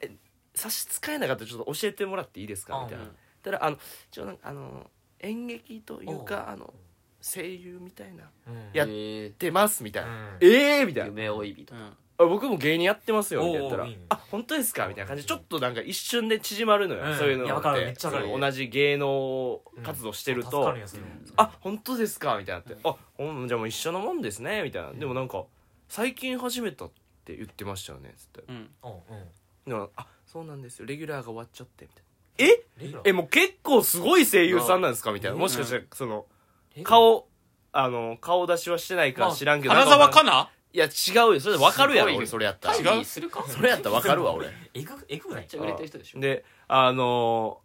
[SPEAKER 1] え差し支えなかったらちょっと教えてもらっていいですかみたいな、
[SPEAKER 4] うん
[SPEAKER 1] たらあのちょなんかあの演劇というかあの声優みたいな
[SPEAKER 5] うん
[SPEAKER 1] やっ
[SPEAKER 2] え
[SPEAKER 1] 出ますみたいな、
[SPEAKER 5] うん
[SPEAKER 1] ええー、みたい
[SPEAKER 2] ー
[SPEAKER 1] な
[SPEAKER 2] 夢追い人
[SPEAKER 4] うん
[SPEAKER 1] あ僕も芸人やってますよみたいな言ったら
[SPEAKER 5] おーいいね
[SPEAKER 1] 「あ本当ですか?」みたいな感じでちょっとなんか一瞬で縮まるのよ、
[SPEAKER 5] うん
[SPEAKER 1] そういうの
[SPEAKER 5] いやわかるめっちゃ
[SPEAKER 1] そ
[SPEAKER 5] わかる
[SPEAKER 1] の同じ芸能活動してる
[SPEAKER 5] 助か
[SPEAKER 1] と
[SPEAKER 5] るよそれも
[SPEAKER 1] 「あ本当ですか?」みたいなって「あほんじゃあもう一緒のもんですね」みたいなでもなんか「最近始めたって言ってましたよね」つって
[SPEAKER 4] うん
[SPEAKER 5] うんうん
[SPEAKER 1] でもあそうなんですよレギュラーが終わっちゃって」みたいな「え
[SPEAKER 5] レギュラー
[SPEAKER 1] えもう結構すごい声優さんなんですかみたいなもしかしたらその
[SPEAKER 5] え
[SPEAKER 1] 顔あの顔出しはしてないか知らんけど
[SPEAKER 4] 花
[SPEAKER 1] なん
[SPEAKER 4] 澤香菜
[SPEAKER 1] いや違うよそれで分かるや
[SPEAKER 4] す
[SPEAKER 1] ろ
[SPEAKER 4] ごい
[SPEAKER 1] 俺それやったら
[SPEAKER 4] 違う
[SPEAKER 2] タイミーするか
[SPEAKER 1] それやったら分かるわ俺
[SPEAKER 5] えぐえぐくな
[SPEAKER 2] めっ
[SPEAKER 5] い
[SPEAKER 2] ちゃ売れてる人でし ょ
[SPEAKER 1] であの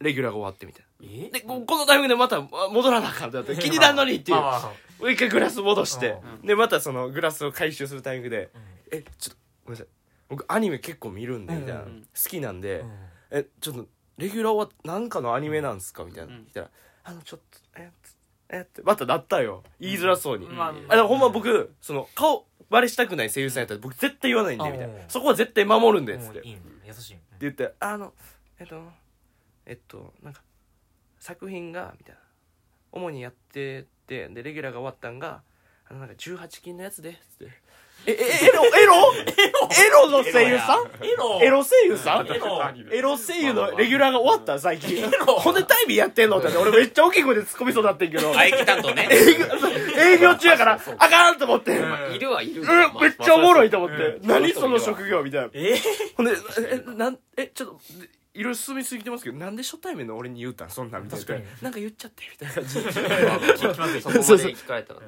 [SPEAKER 1] ーレギュラーが終わってみたい
[SPEAKER 5] え
[SPEAKER 1] なでここのタイミングでまたあ戻らなあかんってな って気になんのにっていう
[SPEAKER 5] まあまあまあ
[SPEAKER 1] もう一回グラス戻して
[SPEAKER 5] う
[SPEAKER 1] でまたそのグラスを回収するタイミングで
[SPEAKER 5] う
[SPEAKER 1] 「
[SPEAKER 5] ん
[SPEAKER 1] えちょっとごめんなさい僕アニメ結構見るんで」みたいな
[SPEAKER 5] うん
[SPEAKER 2] うん
[SPEAKER 1] 好きなんで
[SPEAKER 5] うん
[SPEAKER 1] 「えちょっとレギュラーは何かのアニメなんですか?」みたいな
[SPEAKER 2] うん
[SPEAKER 1] 来たら「あのちょっとえっつえってまたなったよ言いづらそうに、
[SPEAKER 5] まあ
[SPEAKER 1] あだからほんま僕その顔バレしたくない声優さんやったら僕絶対言わないんでみたいなそこは絶対守るんでっつって
[SPEAKER 5] うんいいね優しい
[SPEAKER 1] って言って「あのえっとえっとなんか作品が」みたいな主にやっててでレギュラーが終わったんが「あのなんか18金のやつで」つって「ええエロエロエロの声優さん
[SPEAKER 5] エロ
[SPEAKER 1] エロ声優さん
[SPEAKER 5] エロ
[SPEAKER 1] エロ声優のレギュラーが終わった最近
[SPEAKER 5] ロ
[SPEAKER 1] こんなタイミーやってんの?」って俺めっちゃ大きい声で突っ込みそうになってんけど
[SPEAKER 4] 愛機担 当ね
[SPEAKER 1] 営業営業中やからあかんと思って。
[SPEAKER 5] うん
[SPEAKER 2] いるはいる
[SPEAKER 1] うん、めっちゃおもろいと思っ
[SPEAKER 5] う
[SPEAKER 1] て。何その職業みたいな。
[SPEAKER 5] え
[SPEAKER 1] ほんで、え、なん、え、ちょっと、でいろいろ進みすぎてますけど、なんで初対面の俺に言うたんそんなんみたいな
[SPEAKER 5] 確か。
[SPEAKER 1] なんか言っちゃって、みたいな感じ。
[SPEAKER 2] そこまで生き返ったら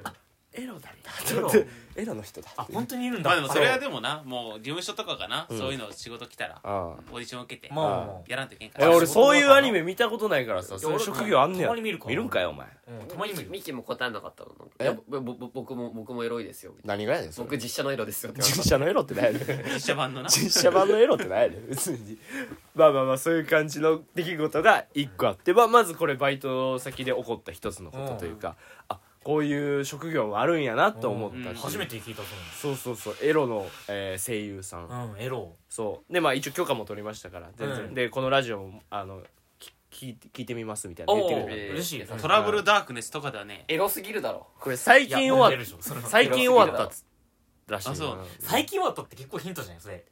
[SPEAKER 1] エロなんだ。
[SPEAKER 5] エロ
[SPEAKER 1] エロの人だ
[SPEAKER 5] あ
[SPEAKER 1] って。
[SPEAKER 5] 本当にいるんだ
[SPEAKER 4] まあでもそれはでもなもう事務所とかがなそういうの仕事来たら
[SPEAKER 1] ああ。
[SPEAKER 4] オーディション受けて
[SPEAKER 5] まあまあまあ
[SPEAKER 4] やらんといけんか
[SPEAKER 1] え、
[SPEAKER 4] ら
[SPEAKER 1] 俺そういうアニメ見たことないからさ、
[SPEAKER 5] いや
[SPEAKER 1] そういう職業あんねや。
[SPEAKER 5] 俺もたまに見るから
[SPEAKER 1] んかよ、お前。
[SPEAKER 5] うんたまに見る
[SPEAKER 2] ミキも答えなかったのなんか
[SPEAKER 1] え
[SPEAKER 2] いやぼぼぼ僕も僕もエロいですよみたいな
[SPEAKER 1] 何がやねん、
[SPEAKER 2] 僕。実写のエロですよって言われ
[SPEAKER 1] 実
[SPEAKER 2] た
[SPEAKER 1] 写のエロってないね。
[SPEAKER 4] 実写版の な
[SPEAKER 1] 実写版のエロってないやねん別にまあまあまあそういう感じの出来事が一個あって、まあ、まずこれバイト先で起こった一つのことというか、あこういう職業もあるんやなと思ったっていう
[SPEAKER 4] うん
[SPEAKER 5] 初めて聞いたそう
[SPEAKER 1] そうそうそうエロの、えー声優さん、
[SPEAKER 5] なんですうんエロ
[SPEAKER 1] そうでまあ一応許可も取りましたから全然、
[SPEAKER 5] うん
[SPEAKER 1] でこのラジオもあのき聞いて聞いてみますみたいな言
[SPEAKER 5] お
[SPEAKER 1] ってく
[SPEAKER 5] お
[SPEAKER 1] れたんで
[SPEAKER 5] 嬉しいです
[SPEAKER 4] トラブルダークネスとかではね
[SPEAKER 2] エロすぎるだろ
[SPEAKER 1] これ最
[SPEAKER 5] い
[SPEAKER 1] 近終
[SPEAKER 5] や
[SPEAKER 1] わ
[SPEAKER 5] もう出
[SPEAKER 1] っ
[SPEAKER 5] るでしょそれは
[SPEAKER 1] 最近終わったっつらしい
[SPEAKER 4] あそう
[SPEAKER 5] 最近終わったって結構ヒントじゃないそれ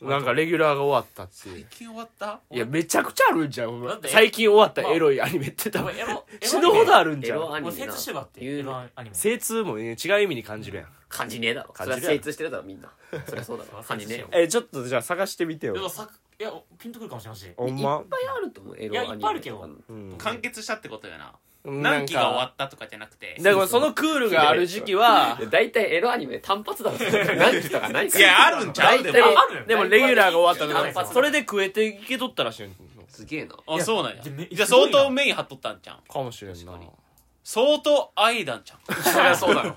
[SPEAKER 1] ななんかレギュラーが終わったっていう
[SPEAKER 4] 最近終わった
[SPEAKER 1] いやめちゃくちゃあるんじゃんお前
[SPEAKER 5] だって
[SPEAKER 1] 最近終わったエロいアニメって多
[SPEAKER 5] お
[SPEAKER 1] 分
[SPEAKER 5] 前エロ
[SPEAKER 1] 死ぬほどあるん
[SPEAKER 2] エ
[SPEAKER 1] じゃ
[SPEAKER 2] ロ
[SPEAKER 1] ん
[SPEAKER 2] アニ
[SPEAKER 5] もう
[SPEAKER 2] メ
[SPEAKER 5] 精
[SPEAKER 2] な
[SPEAKER 5] 通してばって
[SPEAKER 2] 言う
[SPEAKER 5] エロアニメ
[SPEAKER 1] 精通も、ね、違う意味に感じるやん
[SPEAKER 2] 感じねえだろそ
[SPEAKER 1] 感
[SPEAKER 2] れ
[SPEAKER 1] じる
[SPEAKER 2] は
[SPEAKER 1] やろ
[SPEAKER 2] 精通してるだろみんなそりゃそうだろ感じねえよ
[SPEAKER 5] 精通して
[SPEAKER 1] えちょっとじゃあ探してみて
[SPEAKER 5] いや
[SPEAKER 1] よ
[SPEAKER 5] さいやピンとくるかもしれないし
[SPEAKER 1] ほん
[SPEAKER 2] いっぱ
[SPEAKER 1] ま
[SPEAKER 2] いあると思うエロアニメ
[SPEAKER 5] いやいっぱいあるけど
[SPEAKER 1] うん
[SPEAKER 4] 完結したってことやな
[SPEAKER 1] うん
[SPEAKER 4] 何期が終わったとかじゃなくて
[SPEAKER 1] だからそのクールがある時期はい
[SPEAKER 2] や大体エロアニメ単発だろ何期とかないか
[SPEAKER 4] いやあるんちゃうでも
[SPEAKER 5] いやある よ
[SPEAKER 1] でもレギュラーが終わった
[SPEAKER 5] 単
[SPEAKER 1] から
[SPEAKER 5] 発
[SPEAKER 1] それで食えていけとったらしいの
[SPEAKER 2] すげえな
[SPEAKER 5] や
[SPEAKER 4] あそうなんや
[SPEAKER 5] でめ
[SPEAKER 4] じゃあ相当メイン張っとったんじゃん
[SPEAKER 1] かもしれんな
[SPEAKER 4] 確か相当愛なんじゃん
[SPEAKER 2] そりゃそうだ ろ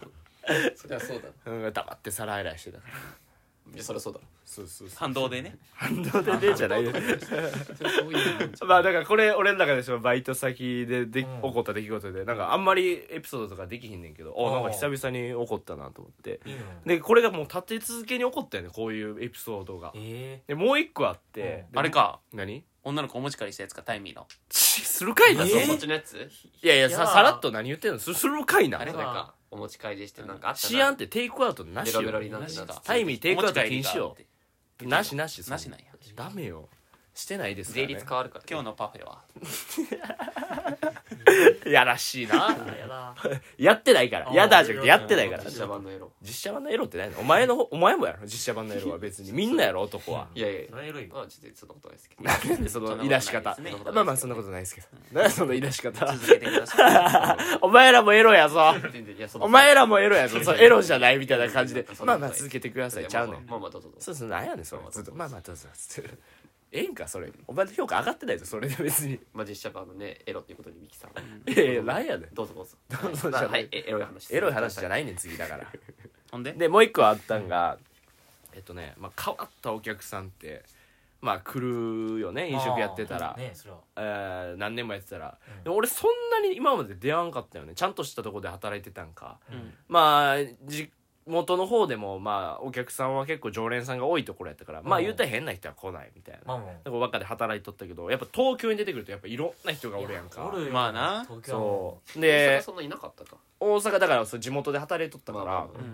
[SPEAKER 2] そりゃそうだろ
[SPEAKER 1] うん黙って皿洗いしてたから
[SPEAKER 2] いやそりゃそうだろ
[SPEAKER 1] そうそうそう
[SPEAKER 4] 反動でね
[SPEAKER 1] 反動で出じゃないよ
[SPEAKER 2] そりゃそういうもんじゃ
[SPEAKER 1] まあだからこれ俺の中でそのバイト先でで起
[SPEAKER 5] うん
[SPEAKER 1] こった出来事でなんかあんまりエピソードとかできひんねんけどあなんか久々に起こったなと思って
[SPEAKER 5] いいのよ
[SPEAKER 1] でこれがもう立て続けに起こったよねこういうエピソードが
[SPEAKER 5] え
[SPEAKER 1] でもう一個あって、
[SPEAKER 5] う
[SPEAKER 1] で
[SPEAKER 4] あれか
[SPEAKER 1] 何
[SPEAKER 4] 女の子お持ち帰りしたやつかタイミーの
[SPEAKER 1] ちするかいな、
[SPEAKER 5] え
[SPEAKER 1] そん
[SPEAKER 5] ー
[SPEAKER 2] ん
[SPEAKER 1] な
[SPEAKER 2] お
[SPEAKER 1] い
[SPEAKER 2] 持ちのやつ
[SPEAKER 1] やいや
[SPEAKER 5] い
[SPEAKER 1] さ
[SPEAKER 5] やー
[SPEAKER 1] さらっと何言ってんのすするかいな
[SPEAKER 2] あれ
[SPEAKER 5] そ
[SPEAKER 2] だ
[SPEAKER 5] うだ
[SPEAKER 2] かお持ち帰りしてなんかあった
[SPEAKER 1] しやんってテイクアウトなしよ
[SPEAKER 2] ベロベロにな
[SPEAKER 4] 同
[SPEAKER 2] って
[SPEAKER 4] じ
[SPEAKER 2] なって
[SPEAKER 4] か
[SPEAKER 1] タイミーテイクアウト禁止よ
[SPEAKER 4] お持ち帰りが
[SPEAKER 1] なしなし
[SPEAKER 4] なしなんや
[SPEAKER 1] そんダメよしてないですから、
[SPEAKER 2] 税
[SPEAKER 1] ね、
[SPEAKER 2] 率変わるから
[SPEAKER 4] 今日のパフェは
[SPEAKER 1] やらしいな
[SPEAKER 5] えやだ
[SPEAKER 1] やってないから
[SPEAKER 5] あー
[SPEAKER 1] やだじゃなくてやってないから
[SPEAKER 2] 実写版のエロ
[SPEAKER 1] 実写版のエロってないのお前の方お前もやろ実写版のエロは別にみんなやろ男は
[SPEAKER 2] いやいやい
[SPEAKER 5] そ
[SPEAKER 2] や
[SPEAKER 5] れはエロいわ
[SPEAKER 2] まあちょっとそんなことないですけど
[SPEAKER 1] なんでそのいらし方
[SPEAKER 4] そんなこ
[SPEAKER 2] ね
[SPEAKER 4] とないです
[SPEAKER 1] まあまあそんなことないですけどなんでそのいらし方
[SPEAKER 4] 続けてください
[SPEAKER 1] お前らもエロやぞ
[SPEAKER 2] 全然いやその
[SPEAKER 1] お前らもエロやぞそれエロじゃないみたいな感じで
[SPEAKER 2] そん
[SPEAKER 1] ま
[SPEAKER 2] な
[SPEAKER 1] あま
[SPEAKER 2] ことない
[SPEAKER 1] あ続けてくださいちゃうねん
[SPEAKER 2] まあまあどうぞどうぞ
[SPEAKER 1] そうそうなんやねんそれずっとまあまあどうぞつってええんかそれお前の評価上がってないぞそれで別に
[SPEAKER 2] まあ実写版のねエロっていうことにミキさん
[SPEAKER 1] いやいやなんやねん
[SPEAKER 2] どうぞどうぞ
[SPEAKER 1] どうぞ
[SPEAKER 2] まあ
[SPEAKER 1] じゃな
[SPEAKER 2] はいいえエロい話
[SPEAKER 1] エロい話じゃ
[SPEAKER 2] い
[SPEAKER 1] ないねん次だから
[SPEAKER 4] ほんで
[SPEAKER 1] でもう一個あったんがえっとね、まあ、変わったお客さんってまあ来るよね飲食やってた
[SPEAKER 5] あ
[SPEAKER 1] ら、
[SPEAKER 5] ーねそれは
[SPEAKER 1] えー何年もやってたら、
[SPEAKER 5] うん
[SPEAKER 1] でも俺そんなに今まで出会わんかったよねちゃんとしたとこで働いてたんか
[SPEAKER 4] うん
[SPEAKER 1] まあ地元の方でもまあお客さんは結構常連さんが多いところやったから、まあ
[SPEAKER 5] うん
[SPEAKER 1] 言ったら変な人は来ないみたいな、
[SPEAKER 5] まあも
[SPEAKER 1] とこばっかで働いとったけどやっぱ東京に出てくるとやっぱいろんな人がおるやん
[SPEAKER 5] う
[SPEAKER 1] か
[SPEAKER 5] おるよ
[SPEAKER 4] まあな
[SPEAKER 5] 東京はも
[SPEAKER 1] そう
[SPEAKER 2] で
[SPEAKER 1] で
[SPEAKER 2] そんないなかったか
[SPEAKER 1] 大阪だからそう地元で働いとったから、
[SPEAKER 2] まあまあまあ
[SPEAKER 5] う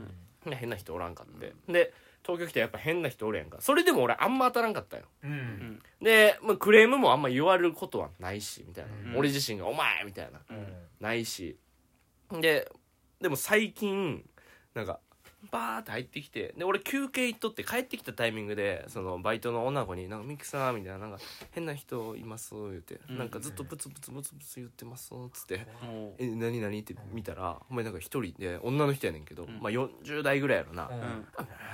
[SPEAKER 5] うん
[SPEAKER 1] 変な人おらんかって、で東京来てやっぱ変な人おるやんかそれでも俺あんま当たらんかったよ
[SPEAKER 5] うん
[SPEAKER 1] で、まあ、クレームもあんま言われることはないしみたいな、
[SPEAKER 5] うん
[SPEAKER 1] 俺自身が「お前!」みたいな
[SPEAKER 5] うん
[SPEAKER 1] ないしででも最近なんかバーって入ってきてで俺休憩行っとって帰ってきたタイミングでそのバイトの女の子に「なんかミキさん」みたいな「なんか変な人います」言って、
[SPEAKER 4] うん
[SPEAKER 1] なんかずっとブツブツブツブツ言ってます」っつって
[SPEAKER 4] おう
[SPEAKER 1] 「え何何?」って見たらお前なんか一人で女の人やねんけど、
[SPEAKER 4] ん
[SPEAKER 1] まあ40代ぐらいやろな「
[SPEAKER 5] うん
[SPEAKER 4] うん
[SPEAKER 1] あああ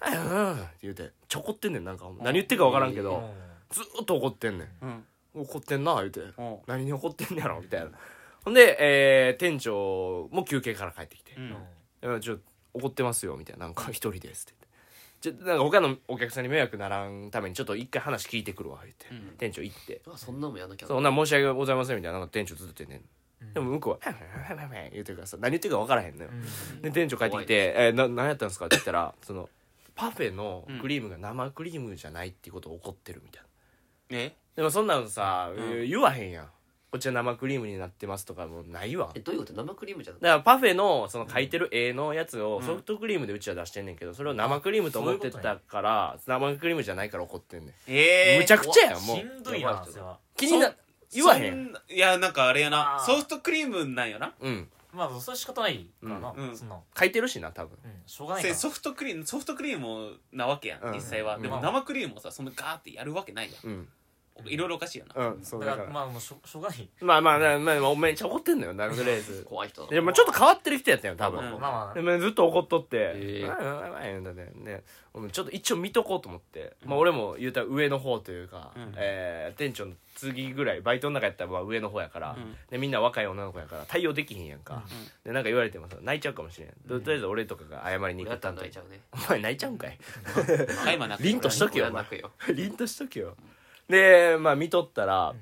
[SPEAKER 1] あって言うてちょこってんねんなんか何言ってるか分からんけど、ずーっと怒ってんねん
[SPEAKER 4] うん
[SPEAKER 1] 怒ってんな言うて
[SPEAKER 4] おう
[SPEAKER 1] 何に怒ってんねやろみたいなほんで、えー店長も休憩から帰ってきて「
[SPEAKER 4] うん
[SPEAKER 1] いやちょ怒ってますよ」みたいな「なんか一人です」って言って「ちょなんか他のお客さんに迷惑ならんためにちょっと一回話聞いてくるわ」言って、
[SPEAKER 4] うん
[SPEAKER 1] 店長行って
[SPEAKER 2] あそんなもんやんな
[SPEAKER 1] 「
[SPEAKER 2] きゃ
[SPEAKER 1] そんな申し訳ございません」みたいななんか店長ずっと言ってんね
[SPEAKER 5] うん
[SPEAKER 1] んでも向こうは「はんはんはんはんはん言うてるからさ何言ってるか分からへんのよ、で店長帰って
[SPEAKER 2] 怖
[SPEAKER 1] き
[SPEAKER 2] い
[SPEAKER 1] て「えー、な何やったんですか?」って言ったらそのパフェのクリームが生クリームじゃないっていうことを怒ってるみたいな
[SPEAKER 4] え
[SPEAKER 1] でもそんなのさ、
[SPEAKER 4] うん
[SPEAKER 1] 言わへんやんこっちは生クリームになってますとかもうないわ
[SPEAKER 2] え
[SPEAKER 1] だか
[SPEAKER 2] どういうこと生クリームじゃなくて
[SPEAKER 1] らパフェのその書いてる絵のやつを
[SPEAKER 4] うん
[SPEAKER 1] ソフトクリームでうちは出してんねんけどそれを生クリームと思ってたから生クリームじゃないから怒ってんねん、
[SPEAKER 4] え
[SPEAKER 1] むちゃくちゃやんもう
[SPEAKER 5] しんどいなそれは
[SPEAKER 1] 気にな言わへん
[SPEAKER 4] そいやなんかあれやな
[SPEAKER 5] あー
[SPEAKER 4] ソフトクリームなんやな
[SPEAKER 1] うん
[SPEAKER 5] まあそれは仕方ないからな、
[SPEAKER 4] うん
[SPEAKER 5] そんな
[SPEAKER 1] 書いてるしな多分
[SPEAKER 5] うんしょうがないか
[SPEAKER 4] せ
[SPEAKER 5] ら
[SPEAKER 4] ソフトクリームソフトクリームなわけやん、
[SPEAKER 1] うん
[SPEAKER 4] 実際は、
[SPEAKER 1] うん
[SPEAKER 4] でも
[SPEAKER 5] うん
[SPEAKER 4] 生クリームをさそのガーってやるわけないや
[SPEAKER 1] うん
[SPEAKER 4] ん、いろいろおかしいよな、
[SPEAKER 1] うんそう
[SPEAKER 5] だ
[SPEAKER 1] だ
[SPEAKER 5] か
[SPEAKER 1] からら
[SPEAKER 5] まあもうしょしょうがない
[SPEAKER 1] まあまあまあまあ、まあ、めっちゃ怒ってんのよなとりあえ ず
[SPEAKER 2] 怖い人だ
[SPEAKER 1] でもちょっと変わってる人やったよ多分、
[SPEAKER 4] うん
[SPEAKER 5] まあまあ
[SPEAKER 1] でもずっと怒っとって「
[SPEAKER 2] ええ
[SPEAKER 1] わいわいわい」言うんだねね俺もちょっと一応見とこうと思って、まあ、俺も言うたら上の方というか、
[SPEAKER 4] うん
[SPEAKER 1] えー店長の次ぐらいバイトの中やったらまあ上の方やから、
[SPEAKER 4] うん
[SPEAKER 1] でみんな若い女の子やから対応できひんやんか、でなんか言われてもさ泣いちゃうかもしれん、ととりあえず俺とかが謝りに行
[SPEAKER 2] や
[SPEAKER 1] く
[SPEAKER 2] った
[SPEAKER 1] 担当
[SPEAKER 2] ら泣いちゃうね
[SPEAKER 1] お前泣いちゃうんかい
[SPEAKER 4] タイマーなくて
[SPEAKER 1] リンとしとけよ
[SPEAKER 2] 俺は泣くよ
[SPEAKER 1] 凛としとけよでまあ見とったら、
[SPEAKER 5] ん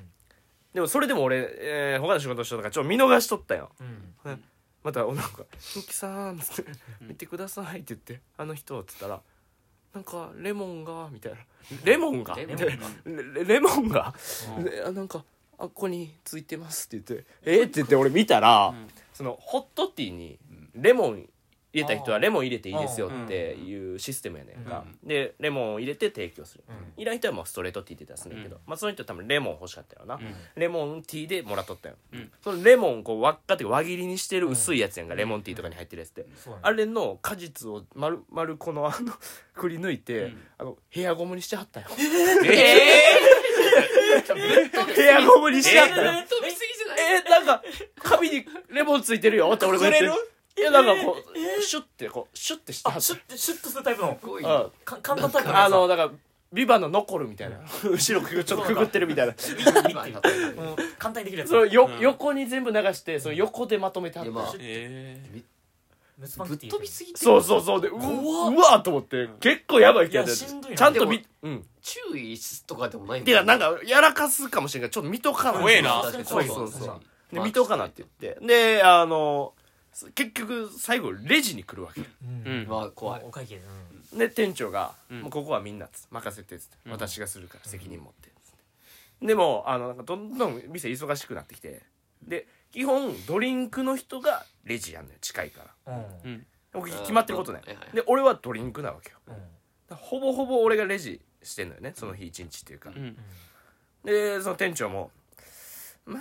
[SPEAKER 1] でもそれでも俺、えー他の仕事しとったからちょっと見逃しとったよ、
[SPEAKER 5] うん
[SPEAKER 1] また女の子が「ミキさん」っつって「見てください」って言って「あの人」っつったら「なんかレモンが」みたいな「レモンが」
[SPEAKER 2] レ
[SPEAKER 1] み
[SPEAKER 2] モ
[SPEAKER 1] た
[SPEAKER 2] ン
[SPEAKER 1] い
[SPEAKER 2] が
[SPEAKER 1] な「レレモンが」であなんか「あここについてます」って言って「えっ?」って言って俺見たら、
[SPEAKER 4] ん
[SPEAKER 1] そのホットティーにレモン入れた人は
[SPEAKER 5] あー
[SPEAKER 1] レモン入れていいですよっていうシステムやねんか、でレモンを入れて提供する、いらん人はもうストレートティーって出すねんだけど、
[SPEAKER 4] うん
[SPEAKER 1] まあ、その人は多分レモン欲しかったよな、
[SPEAKER 4] ん
[SPEAKER 1] レモンティーでもらっとったよ、
[SPEAKER 4] うん
[SPEAKER 1] そのレモンこう輪っかっていうか輪切りにしてる薄いやつやんか、レモンティーとかに入ってるやつって、
[SPEAKER 5] そうだね
[SPEAKER 1] あれの果実を丸丸このあの くり抜いて、
[SPEAKER 4] うん
[SPEAKER 1] あのヘアゴムにしてはったよ
[SPEAKER 4] え
[SPEAKER 1] ヘアゴムにしてはったよ
[SPEAKER 4] え
[SPEAKER 2] 飛びすぎじゃない
[SPEAKER 1] えー、なんか髪にレモンついてるよって俺が言って
[SPEAKER 4] 隠
[SPEAKER 1] いやなんかこう、シュッてこうシュッてしては
[SPEAKER 5] あ
[SPEAKER 1] った
[SPEAKER 5] シュッてシュッとするタイプの
[SPEAKER 2] すごい
[SPEAKER 1] うん
[SPEAKER 5] か簡単タイプ
[SPEAKER 1] あのだからビバの残るみたいな後ろくちょっとくぐってるみたいな
[SPEAKER 2] 今例えば
[SPEAKER 5] やつもう簡単にできるやつ
[SPEAKER 1] そのよ、
[SPEAKER 4] うん
[SPEAKER 1] 横に全部流してその横でまとめてはった
[SPEAKER 2] いやまあ
[SPEAKER 4] え
[SPEAKER 5] ムツパン
[SPEAKER 2] ぶっ
[SPEAKER 5] クティー
[SPEAKER 2] 飛びすぎて
[SPEAKER 1] そうそうそうでううわーと思って結構やばい人やった
[SPEAKER 5] いやしんどいな
[SPEAKER 1] ちゃんと
[SPEAKER 2] で
[SPEAKER 1] 見うん
[SPEAKER 2] 注意しとかでもない
[SPEAKER 1] てかなん
[SPEAKER 2] か
[SPEAKER 1] かやらかすかもしれんからちょっと見とかな
[SPEAKER 4] 怖えな
[SPEAKER 2] 確かに
[SPEAKER 1] そう
[SPEAKER 2] そ
[SPEAKER 1] そうう
[SPEAKER 2] そ
[SPEAKER 1] そうう
[SPEAKER 2] そう
[SPEAKER 1] で見とかなって言ってであのす結局最後レジに来るわけよ
[SPEAKER 5] うん
[SPEAKER 4] うん
[SPEAKER 2] まあ怖い
[SPEAKER 5] お会計でうん
[SPEAKER 1] で店長が、
[SPEAKER 4] うん
[SPEAKER 1] もうここはみんなっつ任せて」っつって、
[SPEAKER 4] ん
[SPEAKER 1] 私がするから責任持ってっつってでもあのなんかどんどん店忙しくなってきてで基本ドリンクの人がレジやんのよ近いから
[SPEAKER 5] うん
[SPEAKER 4] うん
[SPEAKER 1] 僕決まってることない、
[SPEAKER 2] はいはいはい
[SPEAKER 1] で俺はドリンクなわけよ
[SPEAKER 5] うん
[SPEAKER 1] だからほぼほぼ俺がレジしてんのよねその日一日っていうか、
[SPEAKER 4] うん
[SPEAKER 1] でその店長も「まあ